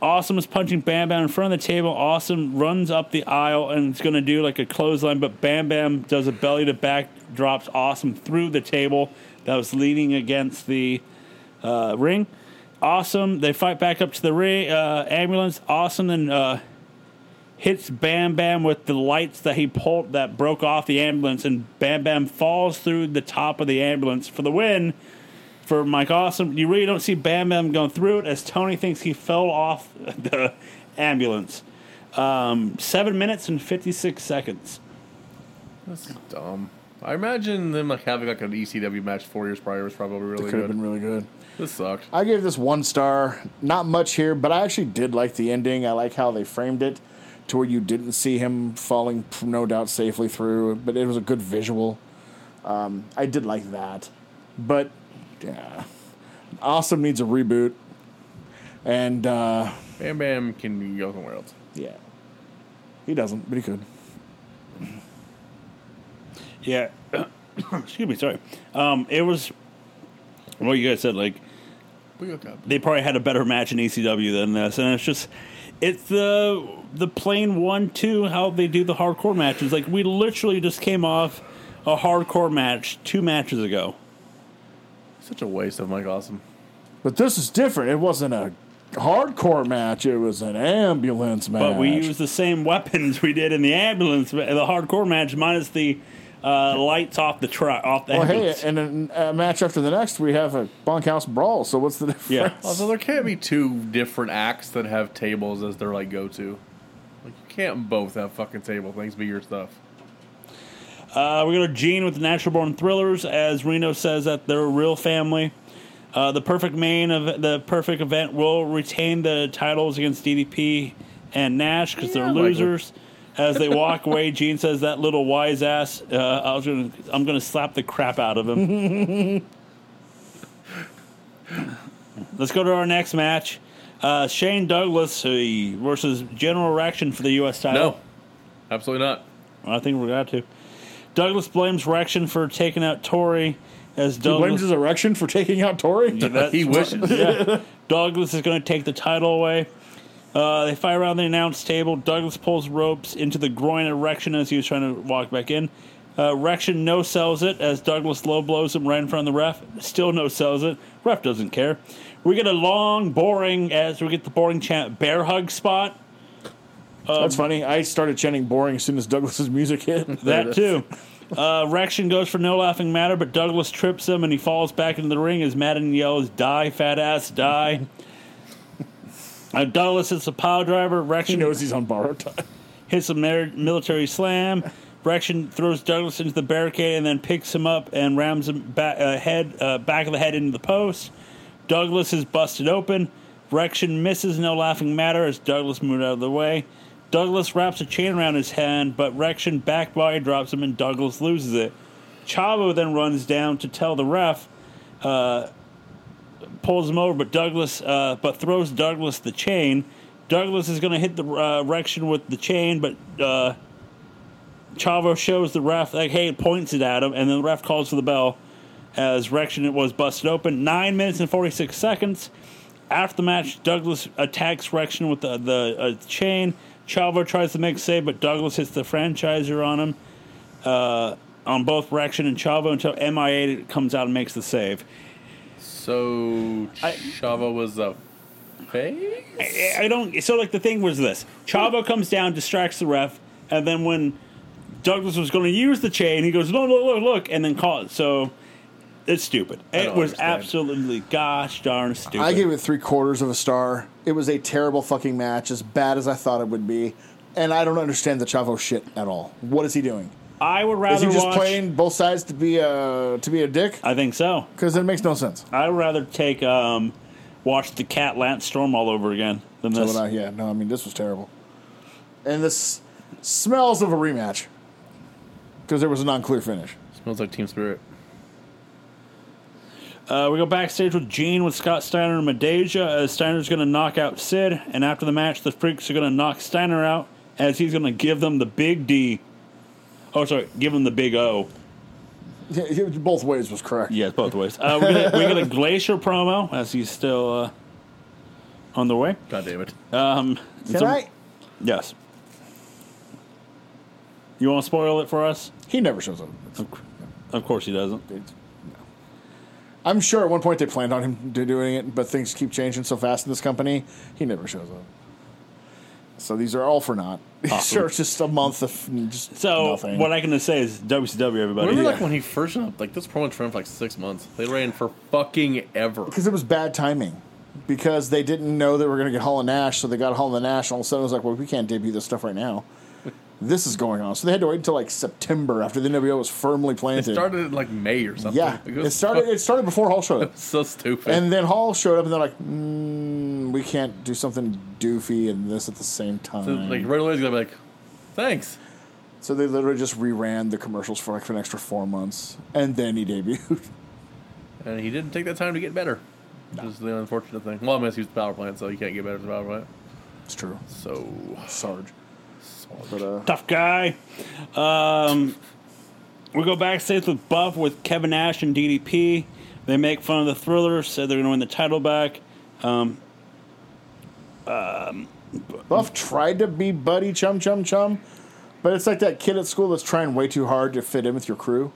Speaker 1: awesome is punching Bam Bam in front of the table. Awesome runs up the aisle and it's going to do like a clothesline, but Bam Bam does a belly to back, drops Awesome through the table that was leaning against the uh, ring. Awesome, they fight back up to the ring, uh, ambulance. Awesome and uh, hits Bam Bam with the lights that he pulled that broke off the ambulance, and Bam Bam falls through the top of the ambulance for the win for Mike Awesome. You really don't see Bam Bam going through it as Tony thinks he fell off the ambulance. Um, seven minutes and 56 seconds.
Speaker 2: That's dumb. I imagine them like having like an ECW match four years prior was probably really
Speaker 3: Could have
Speaker 2: good.
Speaker 3: been really good.
Speaker 2: This sucked.
Speaker 3: I gave this one star. Not much here, but I actually did like the ending. I like how they framed it to where you didn't see him falling, no doubt, safely through, but it was a good visual. Um, I did like that. But, yeah. Awesome needs a reboot. And, uh,
Speaker 2: Bam Bam can go somewhere else.
Speaker 3: yeah. He doesn't, but he could.
Speaker 1: Yeah. Excuse me, sorry. Um, it was, well, you guys said, like,
Speaker 2: We hook up.
Speaker 1: they probably had a better match in ECW than this, and it's just it's the the plain one two how they do the hardcore matches. Like we literally just came off a hardcore match two matches ago.
Speaker 2: Such a waste of Mike Awesome.
Speaker 3: But this is different. It wasn't a hardcore match, it was an ambulance match.
Speaker 1: But we used the same weapons we did in the ambulance, the hardcore match, minus the uh, lights off the truck, off the
Speaker 3: Well, hey,
Speaker 1: ambulance.
Speaker 3: and then a match after the next, we have a bunkhouse brawl. So what's the difference?
Speaker 1: Yeah. Oh,
Speaker 2: Also, there can't be two different acts that have tables as their like go to. Like you can't both have fucking table things be your stuff.
Speaker 1: Uh, we go to Gene with the Natural Born Thrillers, as Reno says that they're a real family. Uh, the perfect main of the perfect event will retain the titles against DDP and Nash because
Speaker 2: Yeah,
Speaker 1: they're
Speaker 2: likely.
Speaker 1: losers. As they walk away, Gene says, "That little wise ass. Uh, I was gonna, I'm gonna slap the crap out of him." Let's go to our next match: uh, Shane Douglas uh, versus General Reaction for the U.S. title.
Speaker 2: No, absolutely not.
Speaker 1: I think we're going to. Douglas blames Rection for taking out Tory as
Speaker 3: He blames
Speaker 1: Douglas.
Speaker 3: his erection for taking out Tori.
Speaker 1: That's
Speaker 2: he
Speaker 1: what-
Speaker 2: wishes.
Speaker 1: yeah. Douglas is going to take the title away. Uh, they fire around the announce table. Douglas pulls ropes into the groin of Rection as he was trying to walk back in. Uh, Rection no sells it as Douglas low blows him right in front of the ref. Still no sells it. Ref doesn't care. We get a long, boring, as we get the boring chant, bear hug spot.
Speaker 3: That's funny. I started chanting boring as soon as Douglas's music hit.
Speaker 1: That too. Uh, Rection goes for no laughing matter, but Douglas trips him and he falls back into the ring as Madden yells, Die, fat ass, die. uh, Douglas hits a pile driver.
Speaker 3: he
Speaker 1: Rection
Speaker 3: knows he's on borrowed time.
Speaker 1: hits a mar- military slam. Rection throws Douglas into the barricade and then picks him up and rams him back, uh, head, uh, back of the head into the post. Douglas is busted open. Rection misses no laughing matter as Douglas moved out of the way. Douglas wraps a chain around his hand, but Rection back body drops him and Douglas loses it. Chavo then runs down to tell the ref, uh, pulls him over, but Douglas uh, but throws Douglas the chain. Douglas is going to hit the uh, Rection with the chain, but uh, Chavo shows the ref like, hey, points it at him, and then the ref calls for the bell as Rection was busted open. Nine minutes and 46 seconds. After the match, Douglas attacks Rection with the, the uh, chain. Chavo tries to make a save, but Douglas hits the franchiser on him, uh, on both Rection and Chavo, until MIA comes out and makes the save.
Speaker 2: So Chava was a face.
Speaker 1: I- I don't. So like the thing was this: Chavo comes down, distracts the ref, and then when Douglas was going to use the chain, he goes, "No, look, look, look!" and then call it. So it's stupid. It
Speaker 2: don't
Speaker 1: was
Speaker 2: understand.
Speaker 1: absolutely gosh darn stupid.
Speaker 3: I gave it three quarters of a star. It was a terrible fucking match, as bad as I thought it would be. And I don't understand the Chavo shit at all. What is he doing?
Speaker 1: I would rather
Speaker 3: Is he just
Speaker 1: watch.
Speaker 3: playing both sides to be a to be a dick?
Speaker 1: I think so.
Speaker 3: Because it makes no sense.
Speaker 1: I'd rather take um, watch the Cat Lance Storm all over again than
Speaker 3: So
Speaker 1: this.
Speaker 3: would I- yeah, no, I mean this was terrible. And this smells of a rematch because there was a non-clear finish.
Speaker 2: Smells like Team Spirit.
Speaker 1: Uh, we go backstage with Gene with Scott Steiner and Medeja as Steiner's going to knock out Sid, and after the match, the freaks are going to knock Steiner out as he's going to give them the big D. Oh, sorry, give them the big O.
Speaker 3: Yeah, it was- Both ways was correct.
Speaker 1: Yes, both ways. Uh, we're gonna, we get a Glacier promo as he's still uh, on the way.
Speaker 2: God damn it.
Speaker 3: Oh,
Speaker 1: Um,
Speaker 3: Can
Speaker 1: so-
Speaker 3: I?
Speaker 1: Yes. You want to spoil it for us?
Speaker 3: He never shows up.
Speaker 1: Of c- Of course he doesn't.
Speaker 3: It's- no. I'm sure at one point they planned on him do- doing it, but things keep changing so fast in this company. He never shows up. So these are all for naught. sure, it's just a month of just
Speaker 1: So
Speaker 3: nothing.
Speaker 1: what I can say is WCW, everybody.
Speaker 2: Remember,
Speaker 3: Yeah.
Speaker 2: like when he first ran up, like this promo ran for like six months. They ran for fucking ever.
Speaker 3: because it was bad timing because they didn't know they were going to get Hall and Nash, so they got Hall and Nash, and all of a sudden it was like, well, we can't debut this stuff right now. This is going on, so they had to wait until like September after the NWO was firmly
Speaker 2: It
Speaker 3: planted.
Speaker 2: started in like May or something.
Speaker 3: yeah,
Speaker 2: Like,
Speaker 3: it started. It started before Hall showed up,
Speaker 2: so stupid.
Speaker 3: and then Hall showed up, and they're like, mm, we can't do something doofy and this at the same time.
Speaker 2: So, like right away, he's gonna be like, "Thanks."
Speaker 3: So they literally just reran the commercials for like for an extra four months, and then he debuted.
Speaker 2: And he didn't take that time to get better. Which is the unfortunate thing. Well, I mean, he was the power plant, so you can't get better than the power plant.
Speaker 3: it's true,
Speaker 2: So,
Speaker 3: Sarge. But uh,
Speaker 1: Tough guy. Um, we go backstage with Buff with Kevin Nash and DDP. They make fun of the Thriller. Said they're going to win the title back.
Speaker 3: Buff tried to be buddy chum chum chum, but it's like that kid at school that's trying way too hard to fit in with your crew.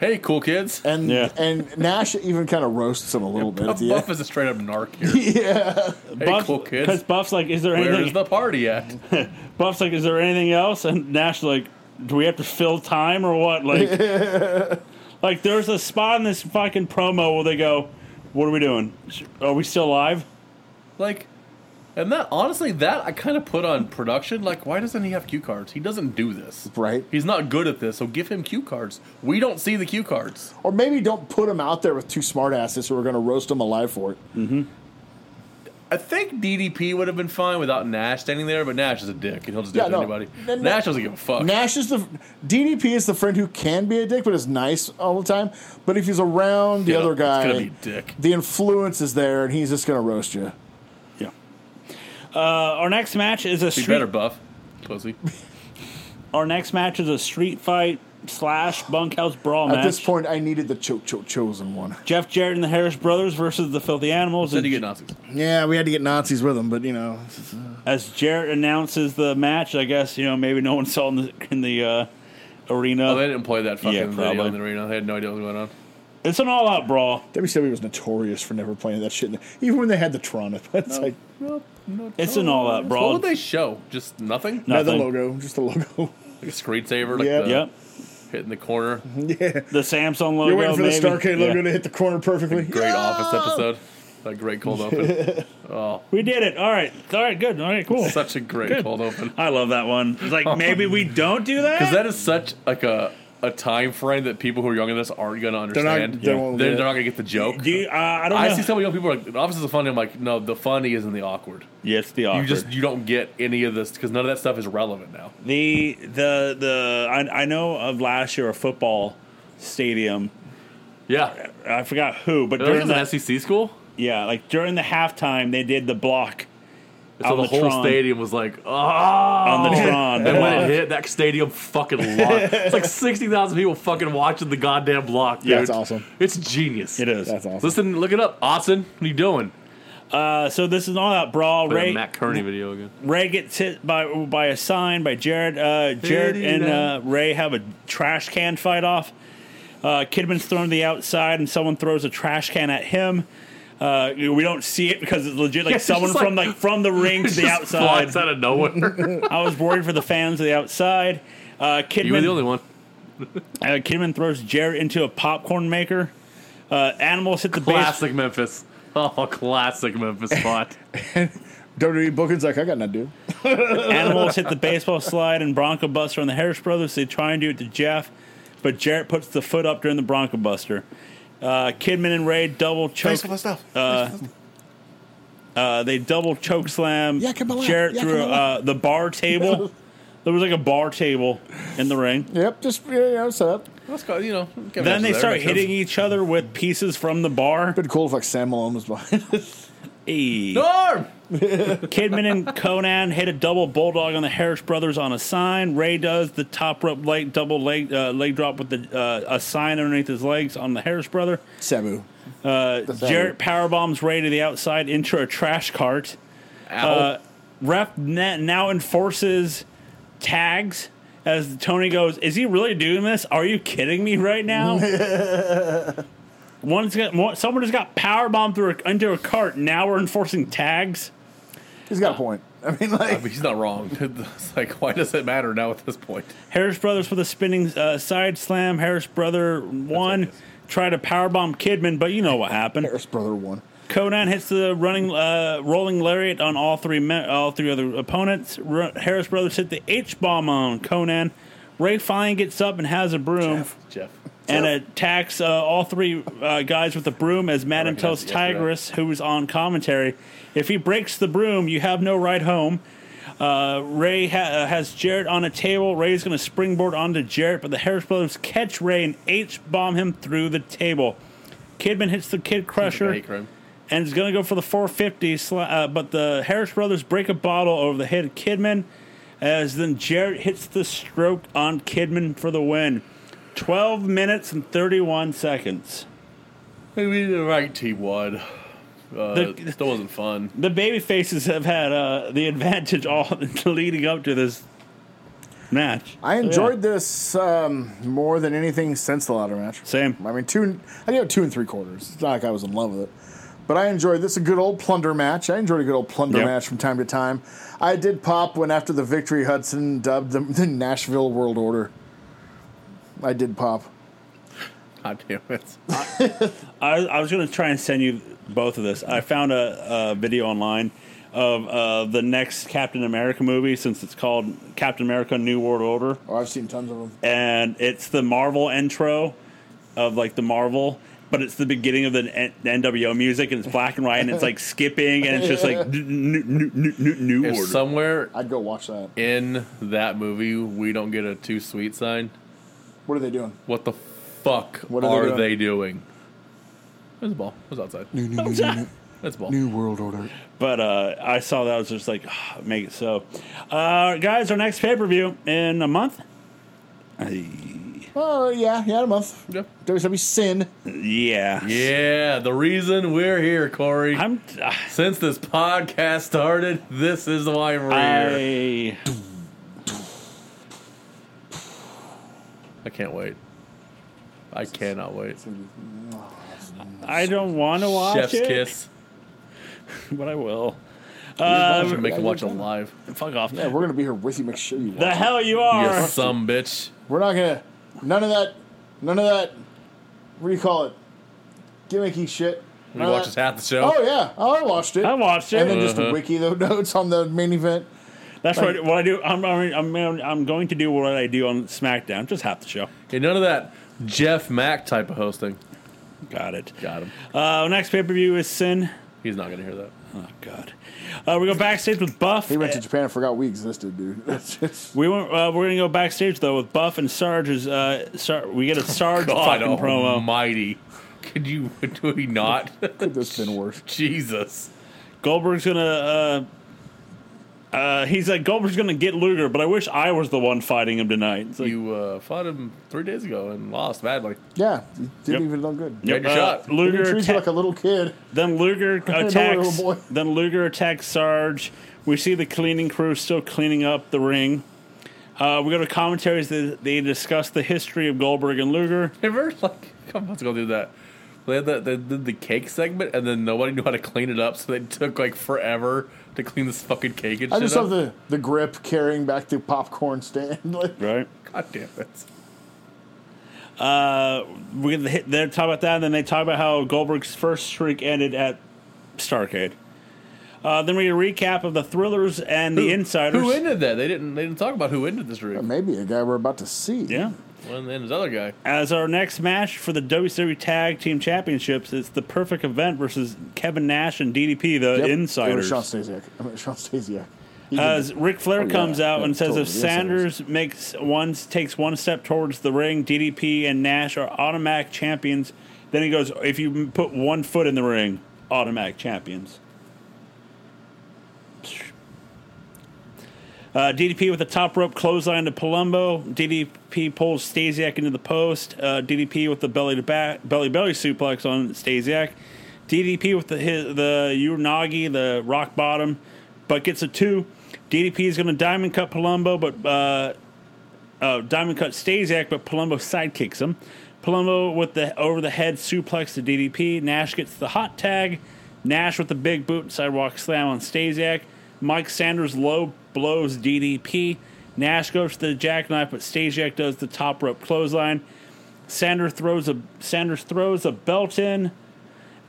Speaker 2: hey, cool kids.
Speaker 3: And
Speaker 1: Yeah.
Speaker 3: and Nash even kind of roasts him a little bit at
Speaker 2: Buff,
Speaker 3: the
Speaker 2: Buff
Speaker 3: end.
Speaker 2: is a straight up narc here.
Speaker 3: Yeah,
Speaker 2: hey,
Speaker 1: Buff,
Speaker 2: cool
Speaker 1: because
Speaker 2: kids.
Speaker 1: Buff's like, is there
Speaker 2: Where's
Speaker 1: anything?
Speaker 2: the party at?
Speaker 1: Buff's like, is there anything else? And Nash like, do we have to fill time or what? Like, like there's a spot in this fucking promo where they go, "What are we doing? Are we still live?"
Speaker 2: Like, and that honestly, that I kind of put on production. Like, why doesn't he have cue cards? He doesn't do this.
Speaker 3: right.
Speaker 2: He's not good at this, so give him cue cards. We don't see the cue cards.
Speaker 3: Or maybe don't put him out there with two smartasses who are going to roast him alive for it.
Speaker 2: I think DDP would have been fine without Nash standing there, but Nash is a dick, and he'll just do
Speaker 3: Yeah,
Speaker 2: it to
Speaker 3: no.
Speaker 2: anybody.
Speaker 3: Then-
Speaker 2: Nash doesn't give a fuck.
Speaker 3: Nash is the DDP is the friend who can be a dick but is nice all the time. But if he's around the
Speaker 2: Yeah,
Speaker 3: other
Speaker 2: it's gonna
Speaker 3: guy,
Speaker 2: be a dick.
Speaker 3: the influence is there, and he's just going to roast you.
Speaker 1: Yeah. Uh, our next match is a
Speaker 2: Be
Speaker 1: street.
Speaker 2: better, Buff. Pussy.
Speaker 1: Our next match is a street fight slash bunkhouse brawl
Speaker 3: At
Speaker 1: match.
Speaker 3: this point, I needed the choke choke chosen one.
Speaker 1: Jeff Jarrett and the Harris Brothers versus the Filthy Animals.
Speaker 2: Said you get
Speaker 1: and
Speaker 2: Nazis.
Speaker 3: Yeah, we had to get Nazis with him, but you know,
Speaker 1: as Jarrett announces the match, I guess you know maybe no one saw in the in the uh, arena.
Speaker 2: Oh, they didn't play that fucking
Speaker 1: Yeah,
Speaker 2: video
Speaker 1: probably.
Speaker 2: in the arena. They had no idea what was going on.
Speaker 1: it's an all-out brawl.
Speaker 3: WCW was notorious for never playing that shit. Even when they had the Tron, it's like
Speaker 1: It's an all-out
Speaker 2: So
Speaker 1: brawl.
Speaker 2: What would they show? Just nothing?
Speaker 1: No.
Speaker 3: another
Speaker 1: Nothing.
Speaker 3: logo, just the logo.
Speaker 2: Like a screensaver, like
Speaker 3: Yeah.
Speaker 2: the
Speaker 1: Yep. Mm-hmm.
Speaker 2: hit in the corner.
Speaker 3: yeah,
Speaker 1: The Samsung logo.
Speaker 3: you're waiting for
Speaker 1: maybe.
Speaker 3: the Starcade logo
Speaker 1: Yeah.
Speaker 3: to hit the corner perfectly.
Speaker 2: Great office episode. That great cold open.
Speaker 1: We did it. All right. All right. Good. All right. Cool.
Speaker 2: Such a great cold open.
Speaker 1: I love that one. It's like maybe we don't do that.
Speaker 2: Because that is such like a a time frame that people who are younger than us aren't going to
Speaker 3: They're not-
Speaker 2: understand.
Speaker 3: they won't
Speaker 2: they're,
Speaker 3: get it.
Speaker 2: they're not going to get the joke.
Speaker 1: do you, uh, I don't
Speaker 2: I
Speaker 1: know.
Speaker 2: see some young people are like the office is funny. I'm like, no, the funny is in the awkward.
Speaker 1: yes, the
Speaker 2: You
Speaker 1: awkward.
Speaker 2: just you don't get any of this because none of that stuff is relevant now.
Speaker 1: The the the I, I know of last year a football stadium.
Speaker 2: Yeah,
Speaker 1: I forgot who, but
Speaker 2: there
Speaker 1: during
Speaker 2: was an
Speaker 1: the
Speaker 2: SEC school,
Speaker 1: yeah, like during the halftime they did the block
Speaker 2: so
Speaker 1: On
Speaker 2: the,
Speaker 1: the
Speaker 2: whole
Speaker 1: Tron.
Speaker 2: stadium was like, oh,
Speaker 1: on the Tron.
Speaker 2: And when it hit, that stadium fucking locked. It's like 60,000 people fucking watching the goddamn block, dude.
Speaker 3: Yeah, it's awesome.
Speaker 2: It's genius.
Speaker 1: It is.
Speaker 3: That's awesome.
Speaker 2: Listen, look it up. Austin, what are you doing?
Speaker 1: Uh, so this is an all out brawl.
Speaker 2: Play
Speaker 1: Ray,
Speaker 2: the Matt Kearney video again.
Speaker 1: Ray gets hit by by a sign by Jared. Uh, Jared and uh, Ray have a trash can fight off. Uh, Kidman's thrown to the outside, and someone throws a trash can at him. Uh, we don't see it because it's legit like
Speaker 2: Yeah, it's
Speaker 1: someone
Speaker 2: just
Speaker 1: from
Speaker 2: like-
Speaker 1: like from the ring to
Speaker 2: It
Speaker 1: the
Speaker 2: just
Speaker 1: outside.
Speaker 2: flies out of nowhere.
Speaker 1: I was worried for the fans of the outside. Uh,
Speaker 2: you were
Speaker 1: Kidman,
Speaker 2: the only one.
Speaker 1: uh, Kidman throws Jarrett into a popcorn maker. Uh, animals hit the base.
Speaker 2: Classic Memphis. Oh, classic Memphis spot.
Speaker 3: WWE booking's like, I got nothing, dude.
Speaker 1: Animals hit the baseball slide and Bronco Buster and the Harris Brothers. They try and do it to Jeff, but Jarrett puts the foot up during the Bronco Buster. Uh, Kidman and Ray double choke.
Speaker 3: stuff.
Speaker 1: Uh, they double choke slam
Speaker 3: Yeah, come on.
Speaker 1: Jarrett
Speaker 3: Yeah,
Speaker 1: through
Speaker 3: come on.
Speaker 1: uh, the bar table. there was like a bar table in the ring.
Speaker 3: yep, just you know, set up.
Speaker 2: That's good, you know.
Speaker 1: Then
Speaker 2: Kevin
Speaker 1: they
Speaker 2: Nash was there,
Speaker 1: start
Speaker 2: makes sense.
Speaker 1: hitting each other with pieces from the bar.
Speaker 3: Pretty cool if like Sam Malone was behind.
Speaker 1: Hey.
Speaker 2: Norm!
Speaker 1: Kidman and Conan hit a double bulldog on the Harris brothers on a sign. Ray does the top rope leg double leg uh, leg drop with the uh, a sign underneath his legs on the Harris brother.
Speaker 3: Sabu.
Speaker 1: Uh,
Speaker 3: sign.
Speaker 1: Jarrett power bombs Ray to the outside into a trash cart.
Speaker 2: Ow.
Speaker 1: Uh, ref na- now enforces tags as Tony goes. Is he really doing this? Are you kidding me right now? One's got one, someone just got power bombed through a, into a cart. Now we're enforcing tags.
Speaker 3: He's got a point.
Speaker 4: I mean, like,
Speaker 2: But he's not wrong. It's like, why does it matter now at this point?
Speaker 1: Harris Brothers with a spinning uh, side slam. Harris Brother one
Speaker 2: it is.
Speaker 1: tried to powerbomb Kidman, but you know what happened.
Speaker 3: Harris brother one.
Speaker 1: Conan hits the running uh, rolling lariat on all three me- all three other opponents. Ru Harris Brothers hit the H bomb on Conan. Ray Fine gets up and has a broom
Speaker 2: Jeff.
Speaker 1: and attacks uh, all three uh, guys with the broom as Madam
Speaker 2: recognize
Speaker 1: tells
Speaker 2: it yesterday.
Speaker 1: Tigress, who was on commentary, if he breaks the broom, you have no right home. Uh, Ray ha- uh, has Jarrett on a table. Ray's going to springboard onto Jarrett, but the Harris brothers catch Ray and H bomb him through the table. Kidman hits the Kid Crusher
Speaker 2: Hey, Krim.
Speaker 1: and is going to go for the 450. Sla- uh, but the Harris brothers break a bottle over the head of Kidman, as then Jarrett hits the stroke on Kidman for the win. 12 minutes and 31 seconds.
Speaker 2: Maybe the right team won. Uh,
Speaker 1: The-
Speaker 2: that wasn't fun.
Speaker 1: The baby faces have had uh, the advantage all leading up to this match.
Speaker 4: I enjoyed this um, more than anything since the ladder match.
Speaker 1: Same.
Speaker 4: I mean, two. and- I gave it two and three quarters. It's not like I was in love with it, but I enjoyed this. A good old plunder match. I enjoyed a good old plunder
Speaker 1: Yep.
Speaker 4: match from time to time. I did pop when after the victory Hudson dubbed the, the Nashville World Order. I did pop.
Speaker 2: God damn it.
Speaker 1: I, I was going to try and send you both of this. I found a, a video online of uh, the next Captain America movie since it's called Captain America New World Order.
Speaker 3: Oh, I've seen tons of them.
Speaker 1: and it's the Marvel intro of like the Marvel, but it's the beginning of the N- NWO music, and it's black and white, and it's like skipping, and it's just like n- n- n- n- new
Speaker 2: If
Speaker 1: order.
Speaker 2: somewhere
Speaker 3: I'd go watch that.
Speaker 2: in that movie we don't get a too sweet sign,
Speaker 3: What are they doing?
Speaker 2: what the fuck
Speaker 4: What are
Speaker 2: are,
Speaker 4: they
Speaker 2: they,
Speaker 4: doing?
Speaker 2: doing? There's a ball. It was outside. That's a ball.
Speaker 4: New World Order.
Speaker 1: but uh, I saw that I was just like, "Ah, make it so, uh, guys. Our next pay per view in a month.
Speaker 4: Oh yeah, yeah, in a month.
Speaker 2: Yep.
Speaker 4: WWE Sin.
Speaker 1: Yeah,
Speaker 2: Yeah, the reason we're here, Corey.
Speaker 1: I'm. I-
Speaker 2: Since this podcast started, this is why we're here.
Speaker 1: I
Speaker 2: I can't wait. I cannot wait.
Speaker 1: I don't want to watch
Speaker 2: Chef's
Speaker 1: it,
Speaker 2: kiss.
Speaker 1: but I will.
Speaker 2: we
Speaker 1: Um,
Speaker 2: make you watch it
Speaker 3: we're done.
Speaker 2: live.
Speaker 1: fuck off.
Speaker 4: Yeah, we're gonna be here with you. Make sure you.
Speaker 1: the
Speaker 4: Watch.
Speaker 1: hell you are.
Speaker 2: You some bitch.
Speaker 4: We're not gonna. None of that. None of that. What do you call it? Gimmicky shit.
Speaker 2: We
Speaker 3: Uh,
Speaker 4: None of
Speaker 2: watch
Speaker 4: that.
Speaker 2: us half the show.
Speaker 4: Oh yeah, oh, I watched it.
Speaker 1: I watched it.
Speaker 4: And then just
Speaker 2: Uh-huh.
Speaker 4: wiki the notes on the main event.
Speaker 1: That's what, what I do. I'm, I'm, I'm, I'm going to do what I do on SmackDown, just half the show.
Speaker 2: Hey, none of that Jeff Mack type of hosting.
Speaker 1: Got it.
Speaker 2: Got him.
Speaker 1: Uh, next pay per view is Sin.
Speaker 2: He's not gonna hear that.
Speaker 1: Oh God. Uh, we go backstage with Buff.
Speaker 4: He went to Japan and forgot we existed, dude. That's just
Speaker 1: We went, uh, we're gonna go backstage though with Buff and Sarge. Is, uh, Sar- we get a Sarge fucking promo.
Speaker 2: Almighty. Could you? Do we not?
Speaker 4: could this have been worse.
Speaker 2: Jesus.
Speaker 1: Goldberg's gonna. Uh, uh, he's like Goldberg's gonna get Luger, but I wish I was the one fighting him tonight. It's like,
Speaker 2: You uh, fought him three days ago and lost badly.
Speaker 4: Yeah, he didn't
Speaker 1: Yep.
Speaker 4: even look good.
Speaker 1: Yep,
Speaker 2: your shot.
Speaker 4: He
Speaker 1: uh, Luger.
Speaker 4: treats
Speaker 1: ta-
Speaker 4: you like a little kid.
Speaker 1: Then Luger
Speaker 4: know,
Speaker 1: attacks.
Speaker 4: little boy.
Speaker 1: Then Luger attacks Sarge. We see the cleaning crew still cleaning up the ring. Uh, we go to commentaries. They, they discuss the history of Goldberg and Luger.
Speaker 2: Ever like a couple months ago do that. They had that they did the cake segment and then nobody knew how to clean it up, so they took like forever to clean this fucking cake and
Speaker 4: I
Speaker 2: shit.
Speaker 4: just
Speaker 2: up.
Speaker 4: love the, the grip carrying back the popcorn stand. like,
Speaker 1: Right.
Speaker 2: God damn it.
Speaker 1: Uh, we get the hit, they talk about that, and then they talk about how Goldberg's first streak ended at Starcade. Uh, then we get a recap of the Thrillers and the Insiders.
Speaker 2: Who ended that? They didn't they didn't talk about who ended this rig.
Speaker 4: maybe a guy we're about to see.
Speaker 1: yeah.
Speaker 2: Well and then this other guy.
Speaker 1: As our next match for the WWE Tag Team Championships, it's the Perfect Event versus Kevin Nash and DDP, the
Speaker 4: Yep, It was
Speaker 1: Insiders. Uh,
Speaker 4: Sean Stasiak. I mean, Sean Stasiak. He did
Speaker 1: As Ric Flair
Speaker 4: Oh, yeah,
Speaker 1: comes out
Speaker 4: yeah,
Speaker 1: and says,
Speaker 4: totally,
Speaker 1: if
Speaker 4: yes, it
Speaker 1: Sanders makes one takes one step towards the ring, DDP and Nash are automatic champions. Then he goes, if you m- put one foot in the ring, automatic champions. Uh, DDP with the top rope clothesline to Palumbo. DDP pulls Stasiak into the post. Uh, DDP with the belly to back belly belly suplex on Stasiak. DDP with the his, the Uranagi, the rock bottom, but gets a two. DDP is going to diamond cut Palumbo, but uh, uh, diamond cut Stasiak, but Palumbo sidekicks him. Palumbo with the over the head suplex to DDP. Nash gets the hot tag. Nash with the big boot and sidewalk slam on Stasiak. Mike Sanders low blows DDP. Nash goes to the jackknife, but Stasiak does the top rope clothesline. Sanders throws a Sanders throws a belt in.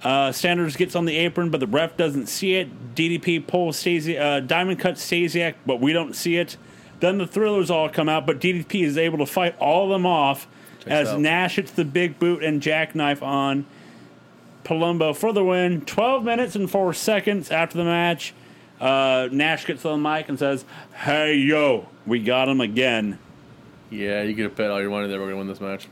Speaker 1: Uh, Sanders gets on the apron, but the ref doesn't see it. DDP pulls Stasi- uh, Diamond cuts Stasiak, but we don't see it. Then the thrillers all come out, but DDP is able to fight all of them off as
Speaker 2: out.
Speaker 1: Nash hits the big boot and jackknife on Palumbo for the win. 12 minutes and 4 seconds after the match, uh, Nash gets on the mic and says, Hey, yo, we got him again.
Speaker 2: Yeah, you could have bet all your money that we're gonna win this match.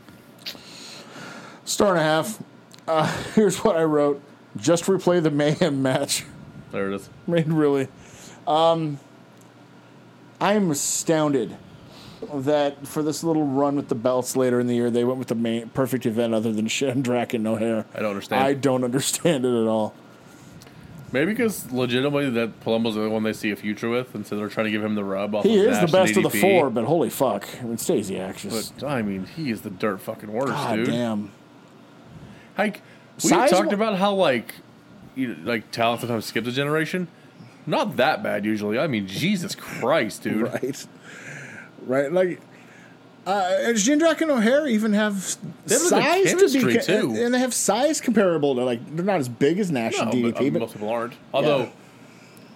Speaker 3: Star and a half. Uh, here's what I wrote. Just replay the mayhem match.
Speaker 2: There it is.
Speaker 3: I mean, really. Um, I'm astounded that for this little run with the belts later in the year, they went with the main perfect event other than Shandrak and O'Hare.
Speaker 2: I don't understand.
Speaker 3: I don't understand it at all.
Speaker 2: Maybe because legitimately that Palumbo's the only one they see a future with, and so they're trying to give him the rub. Off
Speaker 3: He
Speaker 2: of
Speaker 3: is the
Speaker 2: Nash
Speaker 3: best
Speaker 2: and
Speaker 3: of the
Speaker 2: DDP.
Speaker 3: four, but holy fuck. I mean, Stasiak just.
Speaker 2: But I mean, he is the dirt fucking worst,
Speaker 3: God
Speaker 2: dude.
Speaker 3: damn.
Speaker 2: Like we
Speaker 3: Size-
Speaker 2: talked about how like you know, like talent sometimes skips a generation. Not that bad usually. I mean, Jesus Christ, dude.
Speaker 3: Right. Right. Like. Uh, Jindrak and O'Hare even have
Speaker 2: They have the
Speaker 3: size to be,
Speaker 2: chemistry,
Speaker 3: ca-
Speaker 2: too.
Speaker 3: and they have size comparable to like they're not as big as Nash
Speaker 2: No,
Speaker 3: and
Speaker 2: but, uh,
Speaker 3: DDP, but
Speaker 2: most people aren't. Although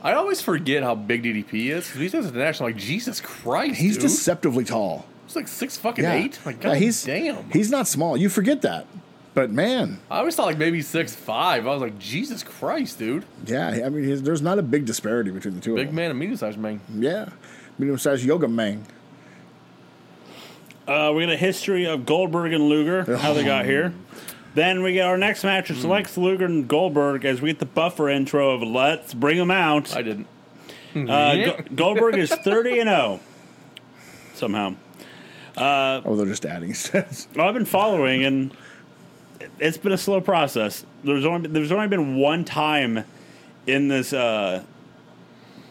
Speaker 2: I always forget how big DDP is. 'cause When he says international, like Jesus Christ,
Speaker 3: he's
Speaker 2: dude.
Speaker 3: deceptively tall.
Speaker 2: He's like six fucking eight. Like
Speaker 3: Yeah,
Speaker 2: god
Speaker 3: he's
Speaker 2: damn.
Speaker 3: He's not small. You forget that. But man,
Speaker 2: I always thought like maybe six five. I was like Jesus Christ, dude.
Speaker 3: yeah. I mean, he's, there's not a big disparity between the two
Speaker 2: Big
Speaker 3: of them.
Speaker 2: man and medium sized man.
Speaker 3: Yeah, medium sized yoga man.
Speaker 1: Uh, we get a history of Goldberg and Luger, how they got here. Then we get our next match. It's Lex Luger and Goldberg as we get the buffer intro of Let's Bring Them Out.
Speaker 2: I didn't.
Speaker 1: Uh, Go- Goldberg is 30 and 0 somehow.
Speaker 2: Uh,
Speaker 3: Oh, they're just adding sets.
Speaker 1: Well, I've been following, and it's been a slow process. There's only there's only been one time in this uh,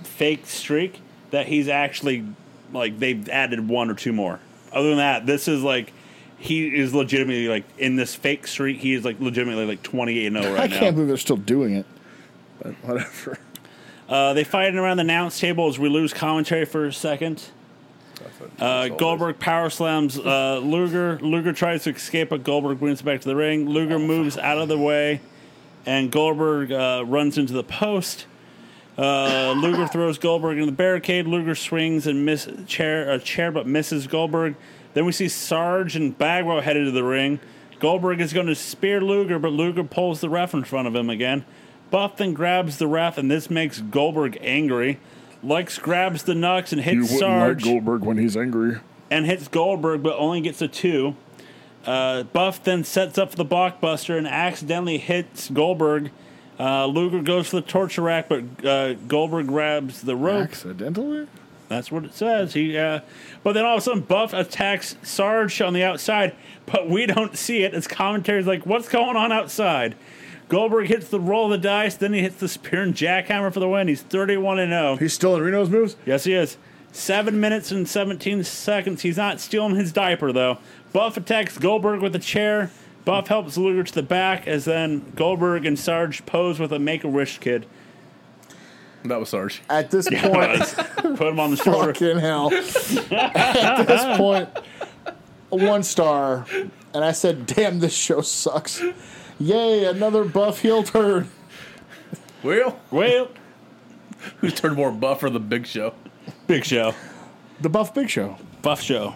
Speaker 1: fake streak that he's actually like they've added one or two more. Other than that, this is like he is legitimately like in this fake streak. He is like legitimately like 28 and 0
Speaker 3: I
Speaker 1: right now.
Speaker 3: can't believe they're still doing it. But whatever.
Speaker 1: Uh, they fighting around the announce table as we lose commentary for a second. Uh, Goldberg power slams uh, Luger. Luger tries to escape, but Goldberg brings him back to the ring. Luger moves out of the way, and Goldberg uh, runs into the post. Uh, Luger throws Goldberg into the barricade. Luger swings and miss chair a chair, but misses Goldberg. Then we see Sarge and Bagwell headed to the ring. Goldberg is going to spear Luger, but Luger pulls the ref in front of him again. Buff then grabs the ref, and this makes Goldberg angry. Lex grabs the Nux and hits Sarge
Speaker 3: Goldberg when he's angry.
Speaker 1: and hits Goldberg, but only gets a two. Uh, Buff then sets up for the blockbuster and accidentally hits Goldberg. Uh, Luger goes for the torture rack, but uh, Goldberg grabs the rope.
Speaker 3: Accidentally?
Speaker 1: That's what it says. He, uh, but then all of a sudden, Buff attacks Sarge on the outside, but we don't see it. His commentary's like, "What's going on outside?" Goldberg hits the roll of the dice, then he hits the spear and jackhammer for the win. He's thirty-one and oh. zero.
Speaker 3: He's still in Reno's moves?
Speaker 1: Yes, he is. Seven minutes and 17 seconds. He's not stealing his diaper, though. Buff attacks Goldberg with a chair. Buff helps Luger to the back as then Goldberg and Sarge pose with a make a wish kid.
Speaker 2: That was Sarge.
Speaker 3: At this point,
Speaker 1: Put him on the shoulder.
Speaker 3: fucking hell. At this point, one star. And I said, damn, this show sucks. Yay, another buff heel turn.
Speaker 2: Well,
Speaker 1: Well,
Speaker 2: who's turned more buff or the Big Show?
Speaker 1: Big Show.
Speaker 3: The Buff Big Show.
Speaker 1: Buff Show.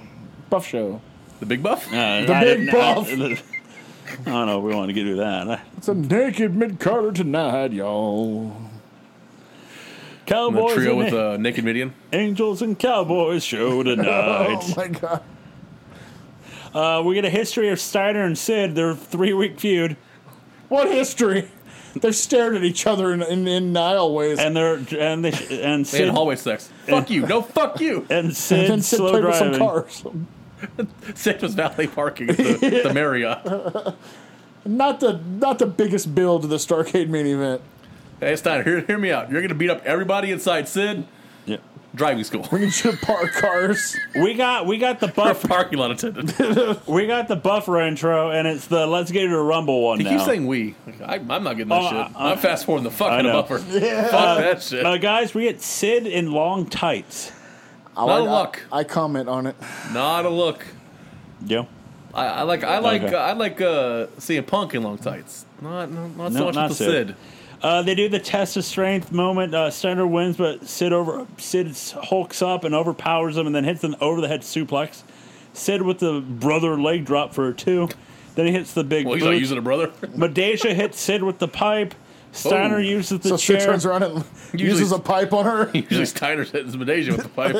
Speaker 3: Buff Show.
Speaker 2: The Big Buff?
Speaker 1: Uh,
Speaker 3: The Big
Speaker 1: didn't-
Speaker 3: Buff.
Speaker 1: I, don't know if we want to get to that.
Speaker 3: It's a naked mid Carter tonight, y'all.
Speaker 2: the
Speaker 1: Cowboys
Speaker 2: trio
Speaker 1: and
Speaker 2: with uh, Naked Midian.
Speaker 1: Angels and Cowboys show tonight.
Speaker 3: Oh my god.
Speaker 1: uh, we get a history of Steiner and Sid, their three week feud.
Speaker 3: What history? They stared at each other in, in, in aisleways.
Speaker 1: And they're and they and
Speaker 2: They had
Speaker 1: Sid
Speaker 2: hallway sex. Fuck you. No, fuck you.
Speaker 1: and
Speaker 3: and
Speaker 1: Sid,
Speaker 3: then Sid
Speaker 1: slow
Speaker 3: played with some
Speaker 1: driving.
Speaker 3: cars.
Speaker 2: Sid was valet parking at the, the Marriott.
Speaker 3: Not the not the biggest build to the Starcade main event.
Speaker 2: Hey, Steiner, hear, hear me out. You're going to beat up everybody inside Sid.
Speaker 1: Yeah.
Speaker 2: driving school.
Speaker 5: We need you to park cars.
Speaker 1: We got we got the buff
Speaker 2: Parking lot attendant.
Speaker 1: we got the buff intro, and it's the let's get into rumble one
Speaker 2: He
Speaker 1: now.
Speaker 2: keeps saying we. Like, I, I'm not getting that
Speaker 1: Oh,
Speaker 2: shit.
Speaker 1: I-
Speaker 2: I, am fast forwarding the fuck
Speaker 1: I
Speaker 2: out
Speaker 1: know.
Speaker 2: of buffer. Fuck that shit.
Speaker 1: uh, guys, we had Sid in long tights.
Speaker 3: I
Speaker 2: Not a
Speaker 3: I-
Speaker 2: look.
Speaker 3: I, comment on it.
Speaker 2: not a look.
Speaker 1: Yeah.
Speaker 2: I, I like. I like.
Speaker 1: Okay.
Speaker 2: I like uh, seeing Punk in long tights. Not. Not, not so
Speaker 1: No,
Speaker 2: much
Speaker 1: not
Speaker 2: with the
Speaker 1: Sid.
Speaker 2: Sid.
Speaker 1: Uh, they do the test of strength moment. Uh, Steiner wins, but Sid over Sid hulks up and overpowers him, and then hits an over the head suplex. Sid with the brother leg drop for a two. Then he hits the big.
Speaker 2: Well, he's not
Speaker 1: boot.
Speaker 2: using a brother.
Speaker 1: Medeja hits Sid with the pipe. Steiner
Speaker 2: Oh.
Speaker 1: uses the
Speaker 3: So she
Speaker 1: chair.
Speaker 3: turns around and uses a pipe on her.
Speaker 2: Usually Steiner sends Medeja with the pipe.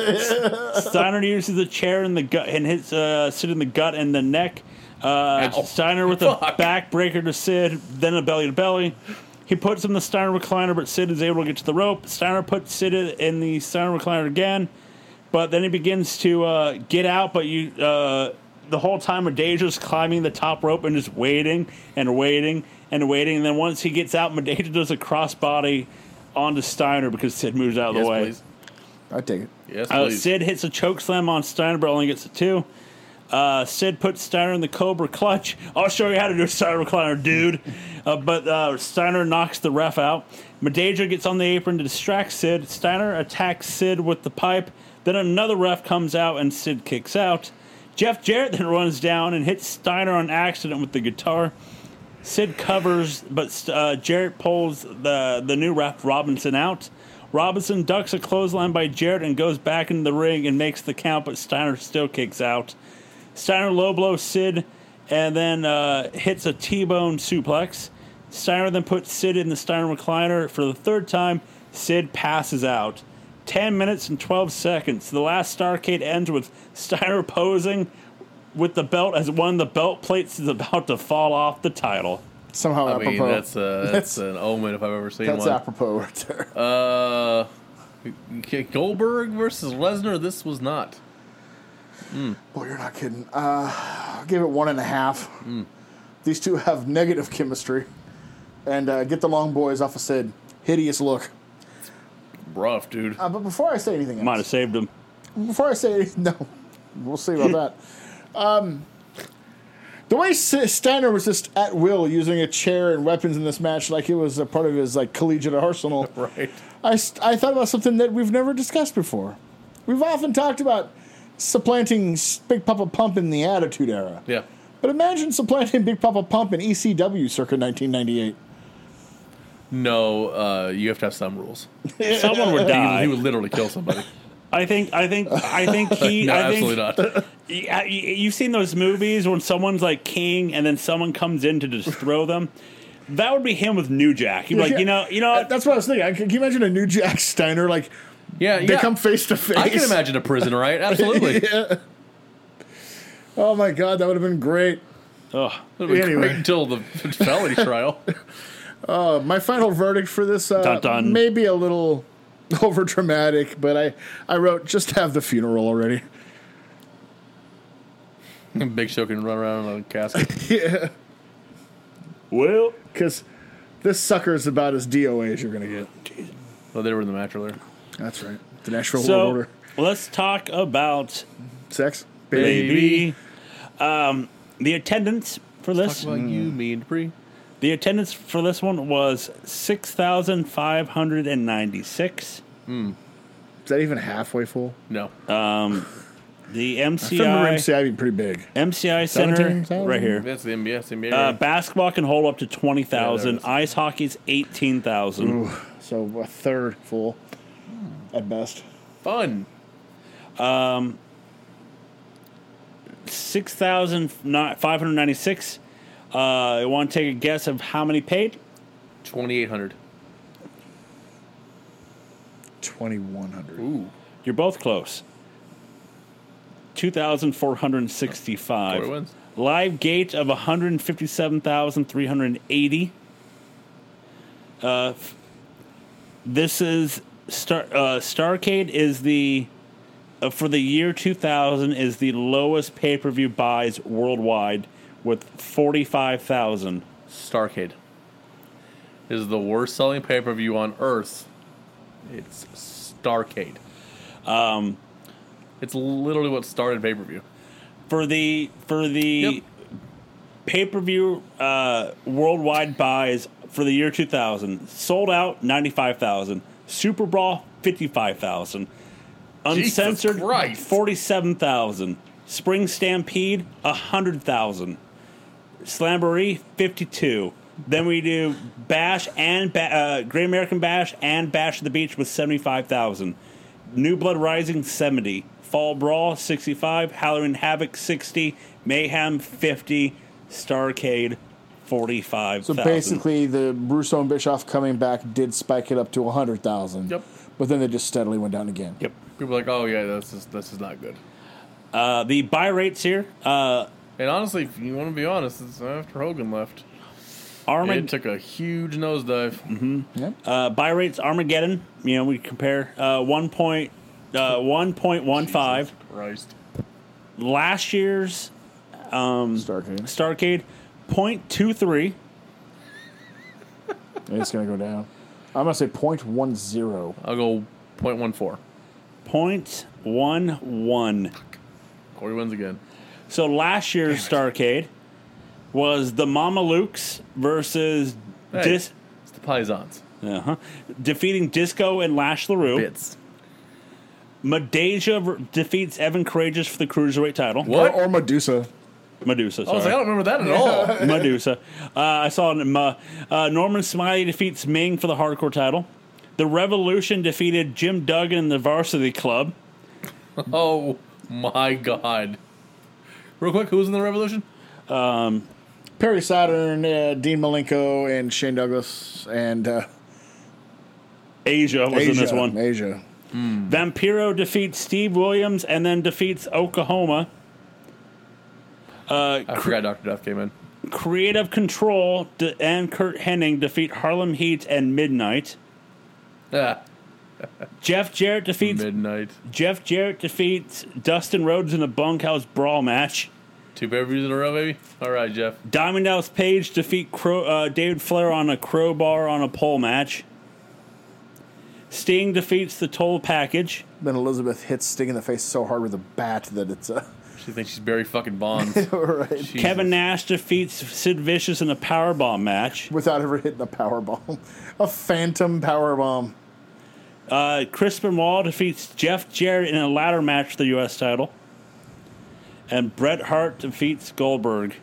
Speaker 1: Steiner uses the chair in the gut and hits uh, Sid in the gut and the neck. Uh,
Speaker 2: Ow.
Speaker 1: Steiner with a
Speaker 2: Fuck.
Speaker 1: backbreaker to Sid, then a belly to belly. He puts him in the Steiner recliner, but Sid is able to get to the rope. Steiner puts Sid in the Steiner recliner again, but then he begins to uh, get out. But you, uh, the whole time, Medeja's climbing the top rope and just waiting and waiting and waiting. And then once he gets out, Medeja does a crossbody onto Steiner because Sid moves out of
Speaker 2: yes,
Speaker 1: the way.
Speaker 2: please.
Speaker 3: I take it.
Speaker 2: Yes,
Speaker 1: Uh,
Speaker 2: please.
Speaker 1: Sid hits a choke slam on Steiner, but only gets a two. Uh, Sid puts Steiner in the Cobra clutch. I'll show you how to do a Steiner recliner, dude. Uh, but uh, Steiner knocks the ref out. Medeja gets on the apron to distract Sid. Steiner attacks Sid with the pipe. Then another ref comes out and Sid kicks out. Jeff Jarrett then runs down and hits Steiner on accident with the guitar. Sid covers, but uh, Jarrett pulls the, the new ref Robinson out. Robinson ducks a clothesline by Jarrett and goes back into the ring and makes the count, but Steiner still kicks out. Steiner low blows Sid and then uh, hits a T bone suplex. Steiner then puts Sid in the Steiner recliner for the third time. Sid passes out. 10 minutes and 12 seconds. The last Starcade ends with Steiner posing with the belt as one of the belt plates is about to fall off the title.
Speaker 3: Somehow
Speaker 2: I
Speaker 3: apropos.
Speaker 1: Uh-huh.
Speaker 2: mean, that's uh, that's
Speaker 3: That's-
Speaker 2: an omen if I've ever seen
Speaker 3: That's
Speaker 2: one.
Speaker 3: apropos right there.
Speaker 2: Uh, okay, Goldberg versus Lesnar. This was not.
Speaker 3: Boy, you're not kidding. Uh, I'll give it one and a half.
Speaker 2: Hmm.
Speaker 3: These two have negative chemistry. And uh, get the long boys off of Sid. Hideous look.
Speaker 2: Rough, dude.
Speaker 3: Uh, but before I say anything else,
Speaker 1: Might have saved him.
Speaker 3: before I say no, we'll see about that. Um, the way S- Steiner was just at will using a chair and weapons in this match, like it was a part of his like collegiate arsenal.
Speaker 1: Uh.
Speaker 2: Right.
Speaker 3: I, st- I thought about something that we've never discussed before. We've often talked about supplanting s- Big Papa Pump in the Attitude Era,
Speaker 2: Yeah.
Speaker 3: but imagine supplanting Big Papa Pump in ECW circa 1998.
Speaker 2: No, uh, you have to have some rules.
Speaker 1: Someone would
Speaker 2: He, he
Speaker 1: die.
Speaker 2: would literally kill somebody.
Speaker 1: I think. I think. I think he.
Speaker 2: no,
Speaker 1: I think,
Speaker 2: absolutely not.
Speaker 1: Yeah, you- you've seen those movies when someone's like king and then someone comes in to just throw them. That would be him with New Jack. He'd be like, you know, you know,
Speaker 3: Uh,
Speaker 1: what?
Speaker 3: That's what I was thinking. I- Can you imagine a New Jack Steiner like
Speaker 2: Yeah,
Speaker 3: they
Speaker 2: yeah.
Speaker 3: come face to face?
Speaker 2: I can imagine a prison, right? Absolutely.
Speaker 3: yeah. Oh my god, that would have been great.
Speaker 1: Ugh.
Speaker 2: It'll be
Speaker 3: Anyway.
Speaker 2: great until the felony trial.
Speaker 3: Uh, my final verdict for this uh,
Speaker 1: Dun dun.
Speaker 3: may be a little over dramatic, but I, I wrote just have the funeral already.
Speaker 2: Big Show can run around in a casket.
Speaker 1: well,
Speaker 3: Because this sucker is about as DOA as you're going to get.
Speaker 2: Oh, they were in the match earlier.
Speaker 3: That's right. The Nashville World
Speaker 1: so
Speaker 3: Order.
Speaker 1: let's talk about
Speaker 3: Sex? Baby.
Speaker 1: baby. Um, the attendance for
Speaker 2: Talk
Speaker 1: this,
Speaker 2: about you,
Speaker 1: Hmm.
Speaker 2: me, and Bree.
Speaker 1: the attendance for this one was six thousand five hundred and ninety-six.
Speaker 3: Is that even halfway full?
Speaker 2: No.
Speaker 1: Uh. The
Speaker 3: I remember
Speaker 1: MCI
Speaker 3: MCI being pretty big.
Speaker 1: MCI Center
Speaker 3: 17,000?
Speaker 1: right here.
Speaker 2: That's the NBA. It's the NBA.
Speaker 1: Uh, basketball can hold up to twenty thousand.
Speaker 2: Yeah, there
Speaker 1: Ice hockey's eighteen thousand.
Speaker 3: So a third full at best.
Speaker 2: Fun.
Speaker 1: 6,596. Uh, you want to take a guess of how many paid?
Speaker 2: 2,800.
Speaker 3: 2,100.
Speaker 2: Ooh.
Speaker 1: You're both close. 2,465.
Speaker 2: Corey wins.
Speaker 1: Live gate of 157,380. Uh, f- this is Star uh, Starcade is the uh, for the year 2000 is the lowest pay-per-view buys worldwide with 45,000.
Speaker 2: Starcade is the worst selling pay per view on earth. It's Starcade.
Speaker 1: Um.
Speaker 2: It's literally what started pay per view.
Speaker 1: for the for the
Speaker 2: Yep.
Speaker 1: pay per view uh, worldwide buys for the year 2000 sold out 95,000, Super Brawl 55,000, uncensored
Speaker 2: Christ.
Speaker 1: 47,000, Spring Stampede 100,000, Slamboree 52. Then we do Bash and ba- uh, Great American Bash and Bash at the Beach with 75,000. New Blood Rising 70, Fall Brawl 65, Halloween Havoc 60, Mayhem 50, Starcade 45.
Speaker 6: So basically, the Russo and Bischoff coming back did spike it up to 100,000.
Speaker 2: Yep.
Speaker 6: But then they just steadily went down again.
Speaker 1: yep.
Speaker 2: People are like, oh yeah, that's just, this is not good.
Speaker 1: Uh, the buy rates here, uh,
Speaker 2: And honestly, if you want to be honest, it's after Hogan left,
Speaker 1: Armag-
Speaker 2: it took a huge nosedive.
Speaker 6: Yep.
Speaker 1: uh, buy rates Armageddon. You know, we compare uh, one point uh, one point one five.
Speaker 2: Jesus Christ.
Speaker 1: Last year's
Speaker 6: Starcade.
Speaker 1: Starcade, 0.23.
Speaker 6: It's going to go down. I'm going to say 0.10.
Speaker 2: I'll go 0.14.
Speaker 1: 0.11.
Speaker 2: Corey wins again.
Speaker 1: So last year's Starcade was the Mama Lukes versus
Speaker 2: Hey.
Speaker 1: Dis-
Speaker 2: It's the Pisons.
Speaker 1: uh-huh. defeating Disco and Lash LaRue.
Speaker 2: Bits.
Speaker 1: Medeja ver- defeats Evan Courageous for the Cruiserweight title.
Speaker 2: What? Oh,
Speaker 6: Or, or Medusa.
Speaker 1: Medusa,
Speaker 2: I was like, I
Speaker 1: sorry.
Speaker 2: don't remember that at all.
Speaker 1: Medusa. Uh, I saw him, uh, uh, Norman Smiley defeats Ming for the Hardcore title. The Revolution defeated Jim Duggan and the Varsity Club.
Speaker 2: Oh my god. Real quick, who was in the Revolution?
Speaker 6: Perry
Speaker 3: Saturn, uh, Dean Malenko, and Shane Douglas, and uh,
Speaker 1: Asia was
Speaker 3: Asia.
Speaker 1: in this one.
Speaker 3: Asia.
Speaker 1: Vampiro defeats Steve Williams and then defeats Oklahoma.
Speaker 2: I forgot Dr. Duff came in.
Speaker 1: Creative Control de- and Kurt Hennig defeat Harlem Heat and Midnight.
Speaker 2: Ah,
Speaker 1: Jeff Jarrett defeats
Speaker 2: midnight.
Speaker 1: Jeff Jarrett defeats Dustin Rhodes in a bunkhouse brawl match.
Speaker 2: Two pay per views in a row, baby? All right, Jeff.
Speaker 1: Diamond Dallas Page defeat Crow, uh, David Flair on a crowbar on a pole match. Sting defeats the Toll Package.
Speaker 3: Then Elizabeth hits Sting in the face so hard with a bat that it's uh,
Speaker 2: She thinks she's Barry fucking Bonds.
Speaker 3: right
Speaker 2: Jesus.
Speaker 1: Kevin Nash defeats Sid Vicious in a powerbomb match.
Speaker 3: without ever hitting a power bomb, a phantom power bomb.
Speaker 1: Uh, Crispin Wall defeats Jeff Jarrett in a ladder match for the U.S. title. And Bret Hart defeats Goldberg.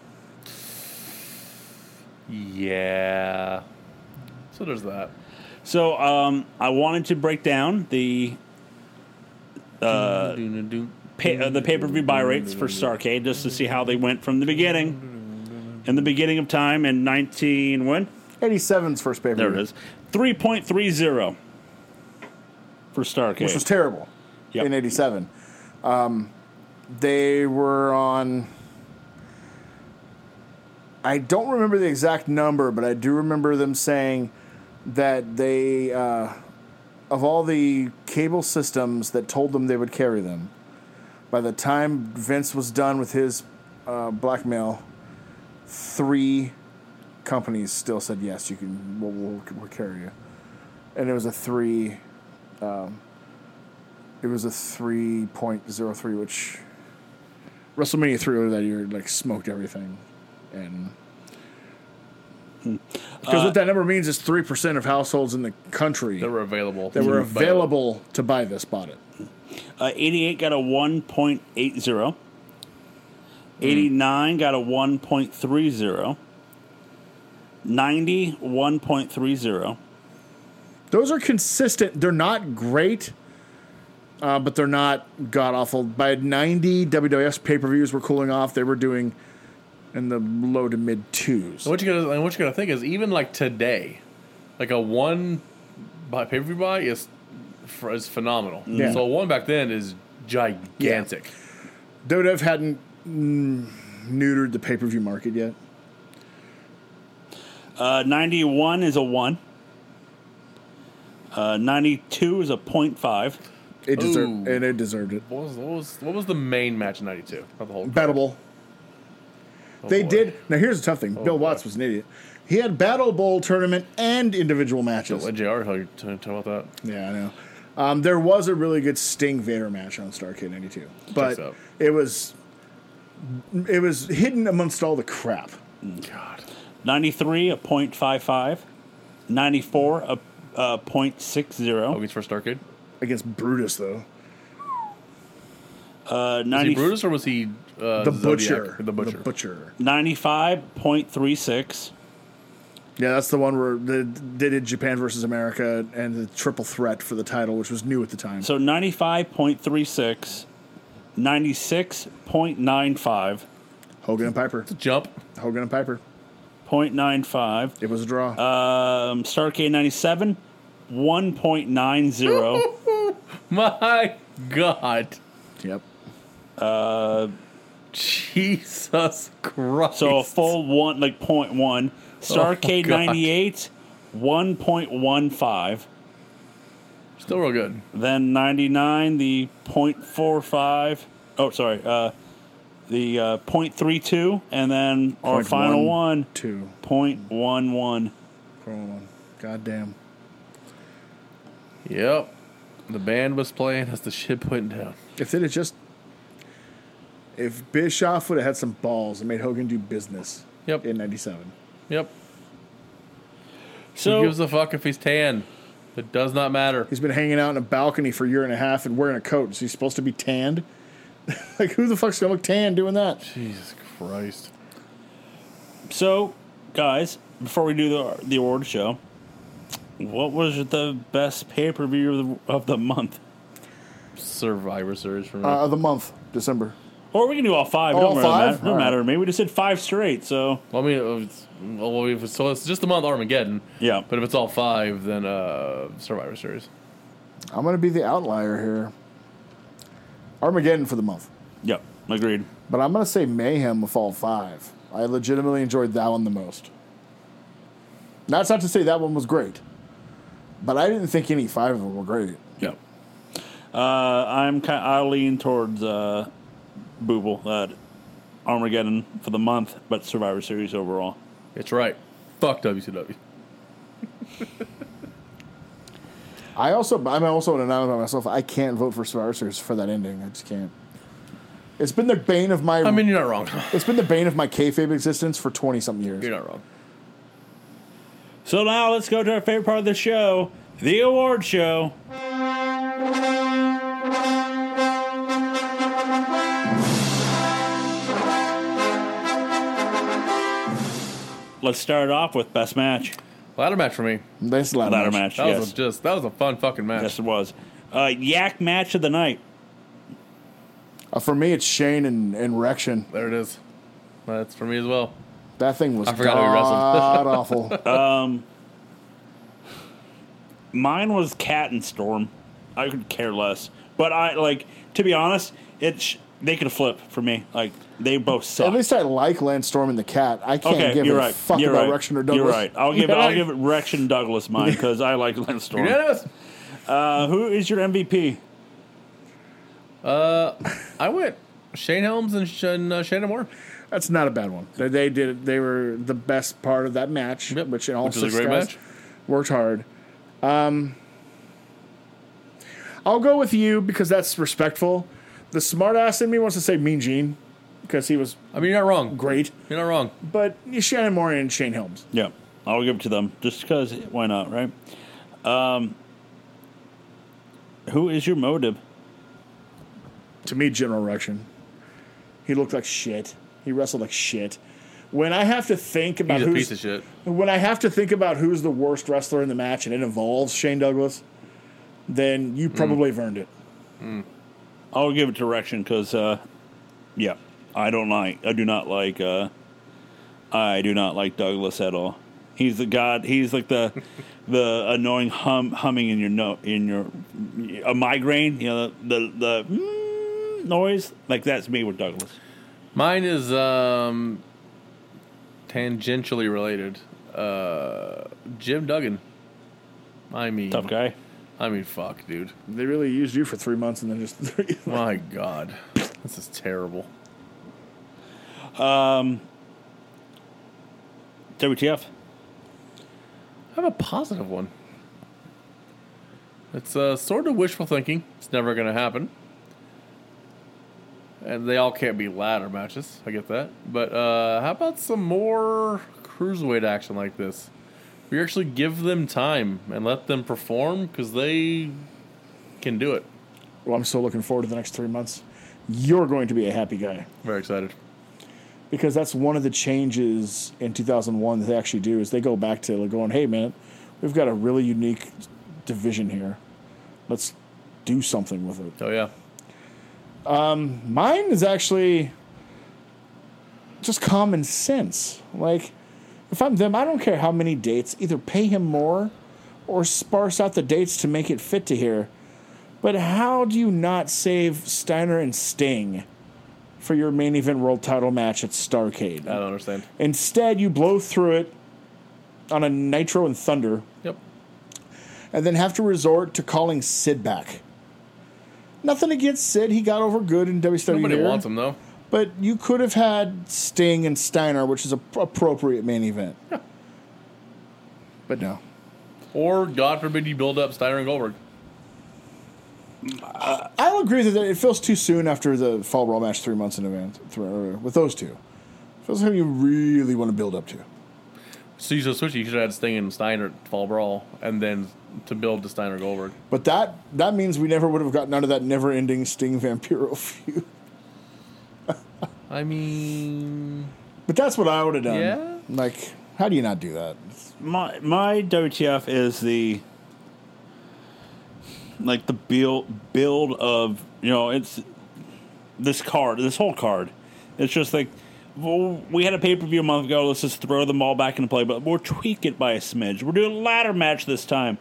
Speaker 2: Yeah. So there's that.
Speaker 1: So um, I wanted to break down the
Speaker 2: Uh,
Speaker 1: pay, uh, the pay per view buy rates for Starcade just to see how they went from the beginning. In the beginning of time in 19 when?
Speaker 3: 87's first paper.
Speaker 1: There it is. 3.30 for Starcade.
Speaker 3: Which was terrible
Speaker 1: Yep.
Speaker 3: in 87. Um, they were on. I don't remember the exact number, but I do remember them saying that they, uh, of all the cable systems that told them they would carry them, by the time Vince was done with his uh, blackmail, three companies still said yes. You can, we'll, we'll, we'll carry you, and it was a three. Um, it was a three point zero three, which WrestleMania three over that year like smoked everything, and because what that number means is three percent of households in the country
Speaker 2: They were available.
Speaker 3: that were available to buy this bought it.
Speaker 1: Uh, 88 got a 1.80. 89 got a 1.30. 90, 1.30.
Speaker 3: Those are consistent. They're not great, uh, but they're not god awful. By 90, WWF's pay per views were cooling off. They were doing in the low to mid twos.
Speaker 2: What you gotta and what you gotta think is even like today, like a one by pay per view buy is f- is phenomenal.
Speaker 3: Yeah.
Speaker 2: So one back then is gigantic.
Speaker 3: WWF hadn't mm, neutered the pay per view market yet.
Speaker 1: Uh, 91 is a 1. Uh, 92 is a 0.5.
Speaker 3: It deserved,
Speaker 2: Ooh.
Speaker 3: and it deserved it.
Speaker 2: What was what was what was the main match in '92? Not the whole.
Speaker 3: Battle
Speaker 2: oh,
Speaker 3: They
Speaker 2: boy. Oh,
Speaker 3: did. Now here's the tough thing. Bill
Speaker 2: boy.
Speaker 3: Watts was an idiot. He had Battle Bowl tournament and individual matches.
Speaker 2: Let JR tell you tell you about that.
Speaker 3: Yeah, I know. Um, there was a really good Sting Vader match on Starcade '92, but
Speaker 2: up.
Speaker 3: it was it was hidden amongst all the crap.
Speaker 2: God.
Speaker 1: 93, a 0.55. 94, a, a 0.60.
Speaker 2: Hogan's first arcade.
Speaker 3: Against Brutus though,
Speaker 1: Uh,
Speaker 2: Was he
Speaker 1: 90,
Speaker 2: Brutus or was he uh,
Speaker 3: the
Speaker 2: Zodiac?
Speaker 3: butcher,
Speaker 2: The butcher.
Speaker 1: 95.36.
Speaker 3: Yeah, that's the one where they, they did Japan versus America and the triple threat for the title, which was new at the time.
Speaker 1: So 95.36, 96.95,
Speaker 3: Hogan and Piper,
Speaker 2: Jump.
Speaker 3: Hogan and Piper.
Speaker 1: 0.95.
Speaker 3: It was a draw.
Speaker 2: Uh,
Speaker 1: Um, Starcade 97, 1.90.
Speaker 2: My God.
Speaker 3: yep.
Speaker 2: Jesus Christ.
Speaker 1: so a full one, like 0.1. Starcade
Speaker 2: Oh God.
Speaker 1: 98, 1.15.
Speaker 2: Still real good.
Speaker 1: Then 99, the 0.45. Oh, sorry. Uh, the uh, 0.32. And then our
Speaker 3: Point
Speaker 1: final
Speaker 3: one,
Speaker 1: one,
Speaker 3: Two.
Speaker 1: 0.11.
Speaker 3: Chrono. God damn.
Speaker 2: Yep. The band was playing as the shit went down.
Speaker 3: If they'd have just. If Bischoff would have had some balls and made Hogan do business
Speaker 2: Yep.
Speaker 3: in 97.
Speaker 2: Yep.
Speaker 1: So
Speaker 2: Who gives a fuck if he's tan? It does not matter.
Speaker 3: He's been hanging out in a balcony for a year and a half and wearing a coat. Is he supposed to be tanned? like, who the fuck's going to look tan doing that?
Speaker 2: Jesus Christ.
Speaker 1: So, guys, before we do the the award show, what was the best pay per view of the, of the month?
Speaker 2: Survivor Series for me.
Speaker 3: Uh, the month, December.
Speaker 1: Or we can do all five. It
Speaker 3: All
Speaker 1: don't really
Speaker 3: five?
Speaker 1: matter. Don't
Speaker 3: All right.
Speaker 1: matter to me. We just did five straight. So
Speaker 2: well, I mean, uh, it's, well, if it's, so it's just the month Armageddon.
Speaker 1: yeah,
Speaker 2: But if it's all five, then uh, Survivor Series.
Speaker 3: I'm going to be the outlier here. Armageddon for the month.
Speaker 1: yep, agreed.
Speaker 3: But I'm going to say Mayhem with all five. I legitimately enjoyed that one the most. Now, That's not to say that one was great, but I didn't think any five of them were great.
Speaker 1: Yep. Uh, I'm kind. I lean towards uh, Booble that Armageddon for the month, but Survivor Series overall.
Speaker 2: It's right. Fuck WCW.
Speaker 3: I also, I'm also an anonymous by myself. I can't vote for Survivor Series for that ending. I just can't. It's been the bane of my.
Speaker 2: I mean, you're not wrong.
Speaker 3: it's been the bane of my kayfabe existence for twenty something years.
Speaker 2: You're not wrong.
Speaker 1: So now let's go to our favorite part of the show, the award show. Let's start off with best match.
Speaker 2: Ladder match for me.
Speaker 3: This ladder,
Speaker 1: Ladder match,
Speaker 3: match.
Speaker 2: That was
Speaker 1: yes.
Speaker 2: a, just that was a fun fucking match.
Speaker 1: yes, it was. Uh, yak match of the night.
Speaker 3: Uh, for me, it's Shane and, and Rection.
Speaker 2: There it is. That's for me as well.
Speaker 3: That thing was
Speaker 2: I forgot who he wrestled.
Speaker 3: god awful.
Speaker 1: Mine was Cat and Storm. I could care less. But I like to be honest, it's they could flip for me. Like they both suck.
Speaker 3: At least I like Lance Storm and the Cat. I can't
Speaker 1: Okay,
Speaker 3: give
Speaker 1: you're
Speaker 3: a
Speaker 1: right.
Speaker 3: fuck
Speaker 1: you're
Speaker 3: about
Speaker 1: right.
Speaker 3: Rection or Douglas.
Speaker 1: You're right. I'll give it.
Speaker 2: Right.
Speaker 1: I'll give it Rex and Douglas mine because I like Lance Storm.
Speaker 2: Unanimous.
Speaker 1: Uh, who is your MVP?
Speaker 2: I went Shane Helms and, Sh- and uh, Shannon Moore.
Speaker 3: That's not a bad one. They, they did. it- They were the best part of that match,
Speaker 2: Yep.
Speaker 3: which in all
Speaker 2: Which is a
Speaker 3: six
Speaker 2: great
Speaker 3: guys
Speaker 2: match.
Speaker 3: worked hard. Um, I'll go with you because that's respectful. The smartass in me wants to say Mean Gene because he was
Speaker 2: I mean, you're not wrong.
Speaker 3: great,
Speaker 2: You're not wrong.
Speaker 3: but Shannon Moore and Shane Helms.
Speaker 1: Yeah, I'll give it to them just because. Why not? Right. Um, who is your motive?
Speaker 3: to me, General Erection. He looked like shit. He wrestled like shit. When I have to think about
Speaker 2: He's a
Speaker 3: who's
Speaker 2: piece of shit.
Speaker 3: when I have to think about who's the worst wrestler in the match and it involves Shane Douglas, then
Speaker 2: Mm.
Speaker 3: you probably have earned it.
Speaker 1: I'll give it to Rection because, uh, yeah, I don't like. I do not like. Uh, I do not like Douglas at all. He's the god. He's like the the annoying hum humming in your no in your a migraine. You know the the, the mm, noise like that's me with Douglas.
Speaker 2: Mine is um, tangentially related. Uh, Jim Duggan. I mean,
Speaker 1: Tough guy.
Speaker 2: I mean, fuck, dude.
Speaker 3: They really used you for three months and then just
Speaker 2: My God, this is terrible.
Speaker 1: WTF?
Speaker 2: I have a positive one. It's uh, sort of wishful thinking. It's never going to happen. And they all can't be ladder matches. I get that. But uh, how about some more cruiserweight action like this? We actually give them time and let them perform because they can do it.
Speaker 3: Well, I'm so looking forward to the next three months. You're going to be a happy guy
Speaker 2: Very excited.
Speaker 3: because that's one of the changes in 2001 that they actually do is they go back to like going, hey man, we've got a really unique division here. Let's do something with it.
Speaker 2: Oh, yeah.
Speaker 3: Mine is actually just common sense. Like, if I'm them, I don't care how many dates, either pay him more or sparse out the dates to make it fit to here. But how do you not save Steiner and Sting for your main event world title match at Starcade?
Speaker 2: I don't understand.
Speaker 3: Instead, you blow through it on a Nitro and Thunder
Speaker 2: Yep.
Speaker 3: and then have to resort to calling Sid back. Nothing against Sid. He got over good in WCW.
Speaker 2: Nobody
Speaker 3: here.
Speaker 2: wants them, though.
Speaker 3: But you could have had Sting and Steiner, which is a p- appropriate main event. But no.
Speaker 2: Or, God forbid, you build up Steiner and Goldberg.
Speaker 3: I'll agree that it feels too soon after the Fall Brawl match three months in advance th- uh, with those two. Feels like you really want to build up to.
Speaker 2: So you should switch. it. You should have had Sting and Steiner at Fall Brawl, and then to build to Steiner Goldberg.
Speaker 3: But that that means we never would have gotten out of that never ending Sting Vampiro feud.
Speaker 2: I mean,
Speaker 3: But that's what I would have done.
Speaker 2: Yeah.
Speaker 3: Like, how do you not do that?
Speaker 1: my my WTF is the like the build build of you know it's this card this whole card it's just like well, we had a pay per view a month ago let's just throw them all back into play but we'll tweak it by a smidge we're doing a ladder match this time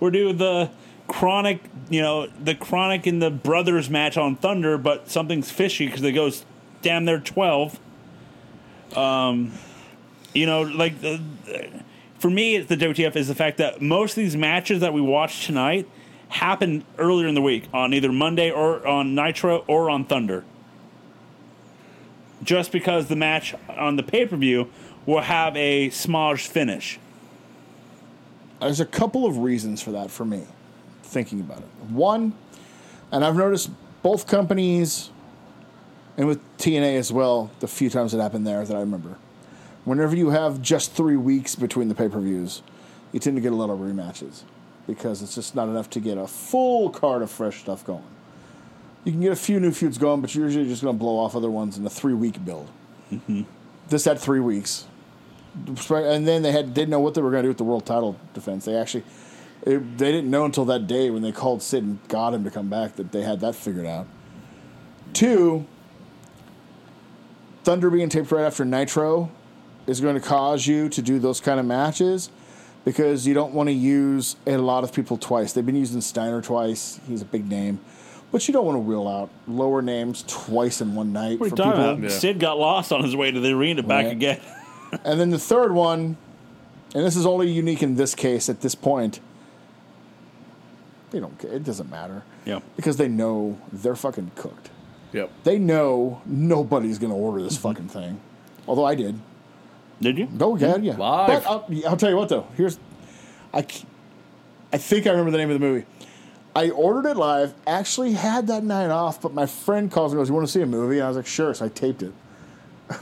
Speaker 1: we're doing the chronic you know the chronic and the brothers match on Thunder but something's fishy because it goes damn near twelve Um, you know, like uh, the, for me, it's the WTF is the fact that most of these matches that we watched tonight happened earlier in the week on either Monday or on Nitro or on Thunder. Just because the match on the pay per view will have a smudge finish.
Speaker 3: There's a couple of reasons for that for me, thinking about it. One, and I've noticed both companies, and with TNA as well, the few times it happened there that I remember. Whenever you have just three weeks between the pay per views, you tend to get a lot of rematches because it's just not enough to get a full card of fresh stuff going. You can get a few new feuds going, but you're usually just going to blow off other ones in a three week build. This had three weeks and then they had didn't know what they were going to do with the world title defense. They actually it, they didn't know until that day when they called Sid and got him to come back that they had that figured out. Two, Thunder being taped right after Nitro is going to cause you to do those kind of matches because you don't want to use a lot of people twice. They've been using Steiner twice. He's a big name. But you don't want to wheel out lower names twice in one night
Speaker 1: What are you
Speaker 3: for
Speaker 1: talking
Speaker 3: people
Speaker 1: about?
Speaker 2: Yeah.
Speaker 1: Sid got lost on his way to the arena back
Speaker 3: Right.
Speaker 1: again.
Speaker 3: And then the third one, and this is only unique in this case at this point. They don't. ca- It doesn't matter.
Speaker 1: Yeah.
Speaker 3: Because they know they're fucking cooked.
Speaker 2: yep.
Speaker 3: They know nobody's gonna order this fucking thing. Although I did.
Speaker 1: Did you?
Speaker 3: Go ahead, yeah.
Speaker 2: Live.
Speaker 3: But I'll, I'll tell you what though. Here's, I, c- I think I remember the name of the movie. I ordered it live. Actually had that night off, but my friend calls me and goes, "You want to see a movie?" And I was like, "Sure." So I taped it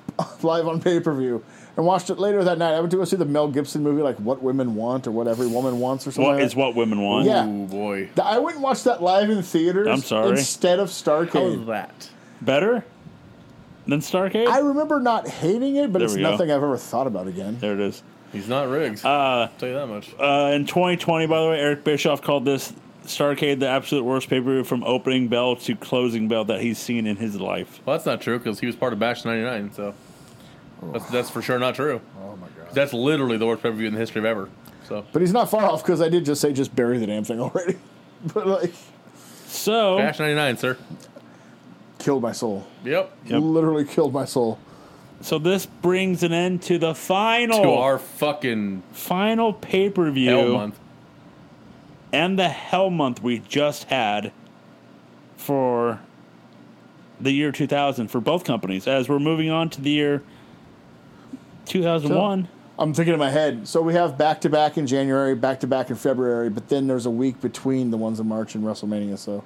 Speaker 3: live on pay per view and watched it later that night. I went to go see the Mel Gibson movie, like What Women Want or What Every Woman Wants or something.
Speaker 1: What
Speaker 3: like
Speaker 1: is
Speaker 3: that.
Speaker 1: what women want?
Speaker 3: Yeah.
Speaker 2: Oh boy.
Speaker 3: Th- I went and watched that live in theaters.
Speaker 1: I'm sorry.
Speaker 3: Instead of Starcade,
Speaker 2: that?
Speaker 1: Better than Starcade?
Speaker 3: I remember not hating it, but
Speaker 1: There
Speaker 3: it's
Speaker 1: we go.
Speaker 3: nothing I've ever thought about again.
Speaker 1: there it is.
Speaker 2: He's not rigs. Uh, tell you that much.
Speaker 1: Uh, in 2020, by the way, Eric Bischoff called this Starcade the absolute worst pay per view from opening bell to closing bell that he's seen in his life.
Speaker 2: well, that's not true because he was part of Bash '99, so that's, that's for sure not true.
Speaker 3: Oh my god.
Speaker 2: That's literally the worst pay per view in the history of ever. So
Speaker 3: But he's not far off because I did just say just bury the damn thing already. but like,
Speaker 1: So,
Speaker 2: Bash '99, sir.
Speaker 3: killed my soul.
Speaker 2: Yep.
Speaker 1: Yep.
Speaker 3: Literally killed my soul.
Speaker 1: so this brings an end to the final
Speaker 3: Oh.
Speaker 2: To our fucking
Speaker 1: final pay per
Speaker 2: hell
Speaker 1: view
Speaker 2: month.
Speaker 1: and the Hell Month we just had for the year 2000 for both companies. As we're moving on to the year 2001,
Speaker 3: I'm thinking in my head. So we have back to back in January, back to back in February, but then there's a week between the ones in March and WrestleMania. So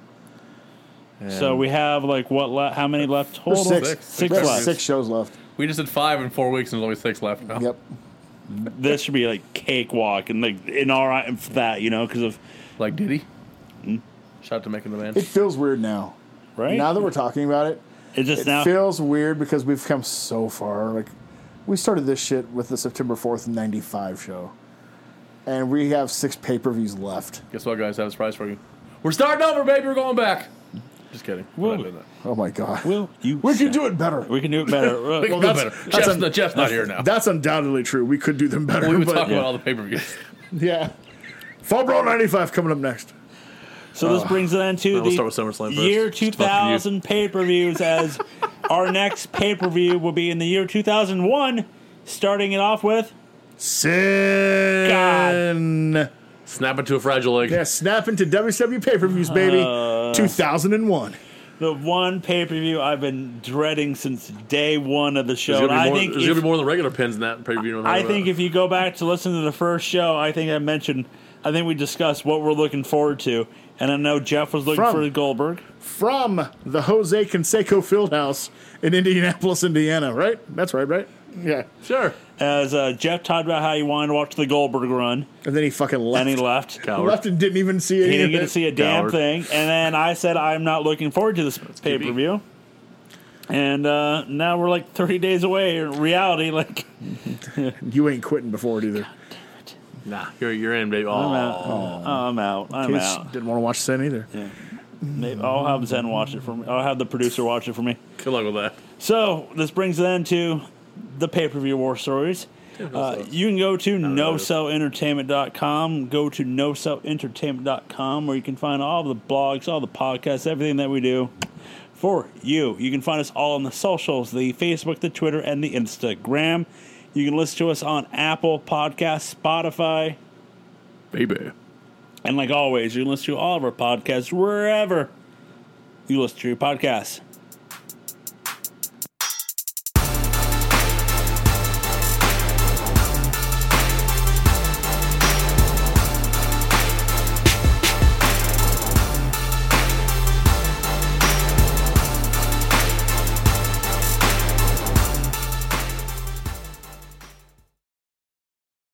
Speaker 1: So we have like what? Le- how many left total?
Speaker 3: there's six,
Speaker 2: Six.
Speaker 1: Six
Speaker 3: there's
Speaker 1: left.
Speaker 3: six shows left.
Speaker 2: We just did five in four weeks, and there's only six left now.
Speaker 3: Yep.
Speaker 1: This should be like cakewalk, and like in all right for that, you know, because of
Speaker 2: Like Diddy.
Speaker 3: Mm.
Speaker 2: Shout out to Making the Man.
Speaker 3: It feels weird now.
Speaker 1: right.
Speaker 3: Now that we're talking about it,
Speaker 1: it's just
Speaker 3: it
Speaker 1: now.
Speaker 3: feels weird because we've come so far. Like we started this shit with the September 4th 95 show. And we have six pay-per-views left.
Speaker 2: Guess what, guys? I have a surprise for you. We're starting over, baby. We're going back. Just kidding. We're not
Speaker 1: Whoa.
Speaker 2: doing that.
Speaker 3: Oh my god.
Speaker 1: Will you?
Speaker 3: we could do it better.
Speaker 1: We can do it better. Well,
Speaker 2: We can do
Speaker 1: that's-
Speaker 2: better. Jeff's, not, Jeff's not here now.
Speaker 3: That's undoubtedly true. We could do them better.
Speaker 2: we would
Speaker 3: but-
Speaker 2: talk about all the pay per views.
Speaker 3: Yeah. Fall Brawl 95 coming up next.
Speaker 1: So this brings it into
Speaker 2: no, Oh. we'll
Speaker 1: the
Speaker 2: start with SummerSlam first.
Speaker 1: year
Speaker 2: It's fucking you.
Speaker 1: 2000 pay-per-views as our next pay-per-view will be in the year 2001, starting it off with
Speaker 3: Sin.
Speaker 2: Snap into a fragile leg.
Speaker 3: Yeah, snap into WCW pay per views, baby.
Speaker 1: Uh.
Speaker 3: 2001.
Speaker 1: the one pay-per-view I've been dreading since day one of the
Speaker 2: There's
Speaker 1: show. And
Speaker 2: gonna, be
Speaker 1: I
Speaker 2: more,
Speaker 1: think
Speaker 2: there's gonna
Speaker 1: if,
Speaker 2: be more than regular pins in that pay per view.
Speaker 1: I think if you go back to listen to the first show, I think I mentioned, I think we discussed what we're looking forward to, and I know Jeff was looking
Speaker 3: From-
Speaker 1: for Goldberg.
Speaker 3: From the Jose Canseco Fieldhouse in Indianapolis, Indiana, right? That's right, right? Yeah.
Speaker 2: sure,
Speaker 1: As uh, Jeff talked about how he wanted to watch the Goldberg run,
Speaker 3: And then he fucking left.
Speaker 1: and he left.
Speaker 2: Coward.
Speaker 3: left and didn't even see any
Speaker 1: He didn't
Speaker 3: of
Speaker 1: get
Speaker 3: it.
Speaker 1: to see a damn
Speaker 2: Coward.
Speaker 1: thing. And then I said, I'm not looking forward to this pay per view. And uh, now we're like 30 days away in reality. Like,
Speaker 3: You ain't quitting before it either.
Speaker 2: nah, you're you're in, baby.
Speaker 1: I'm
Speaker 2: Oh,
Speaker 1: out. Oh, I'm out. I'm
Speaker 3: Case
Speaker 1: out.
Speaker 3: didn't want to watch Sin either.
Speaker 1: Maybe I'll have Zen watch it for me. I'll have the producer watch it for me.
Speaker 2: good luck with that.
Speaker 1: So this brings then to the pay per view war stories. Uh, you can go to nocellentertainment.com, go to nocellentertainment.com where you can find all the blogs, all the podcasts, everything that we do for you. You can find us all on the socials the Facebook, the Twitter, and the Instagram. You can listen to us on Apple Podcasts, Spotify,
Speaker 2: Baby,
Speaker 1: and like always, you can listen to all of our podcasts wherever you listen to your podcasts.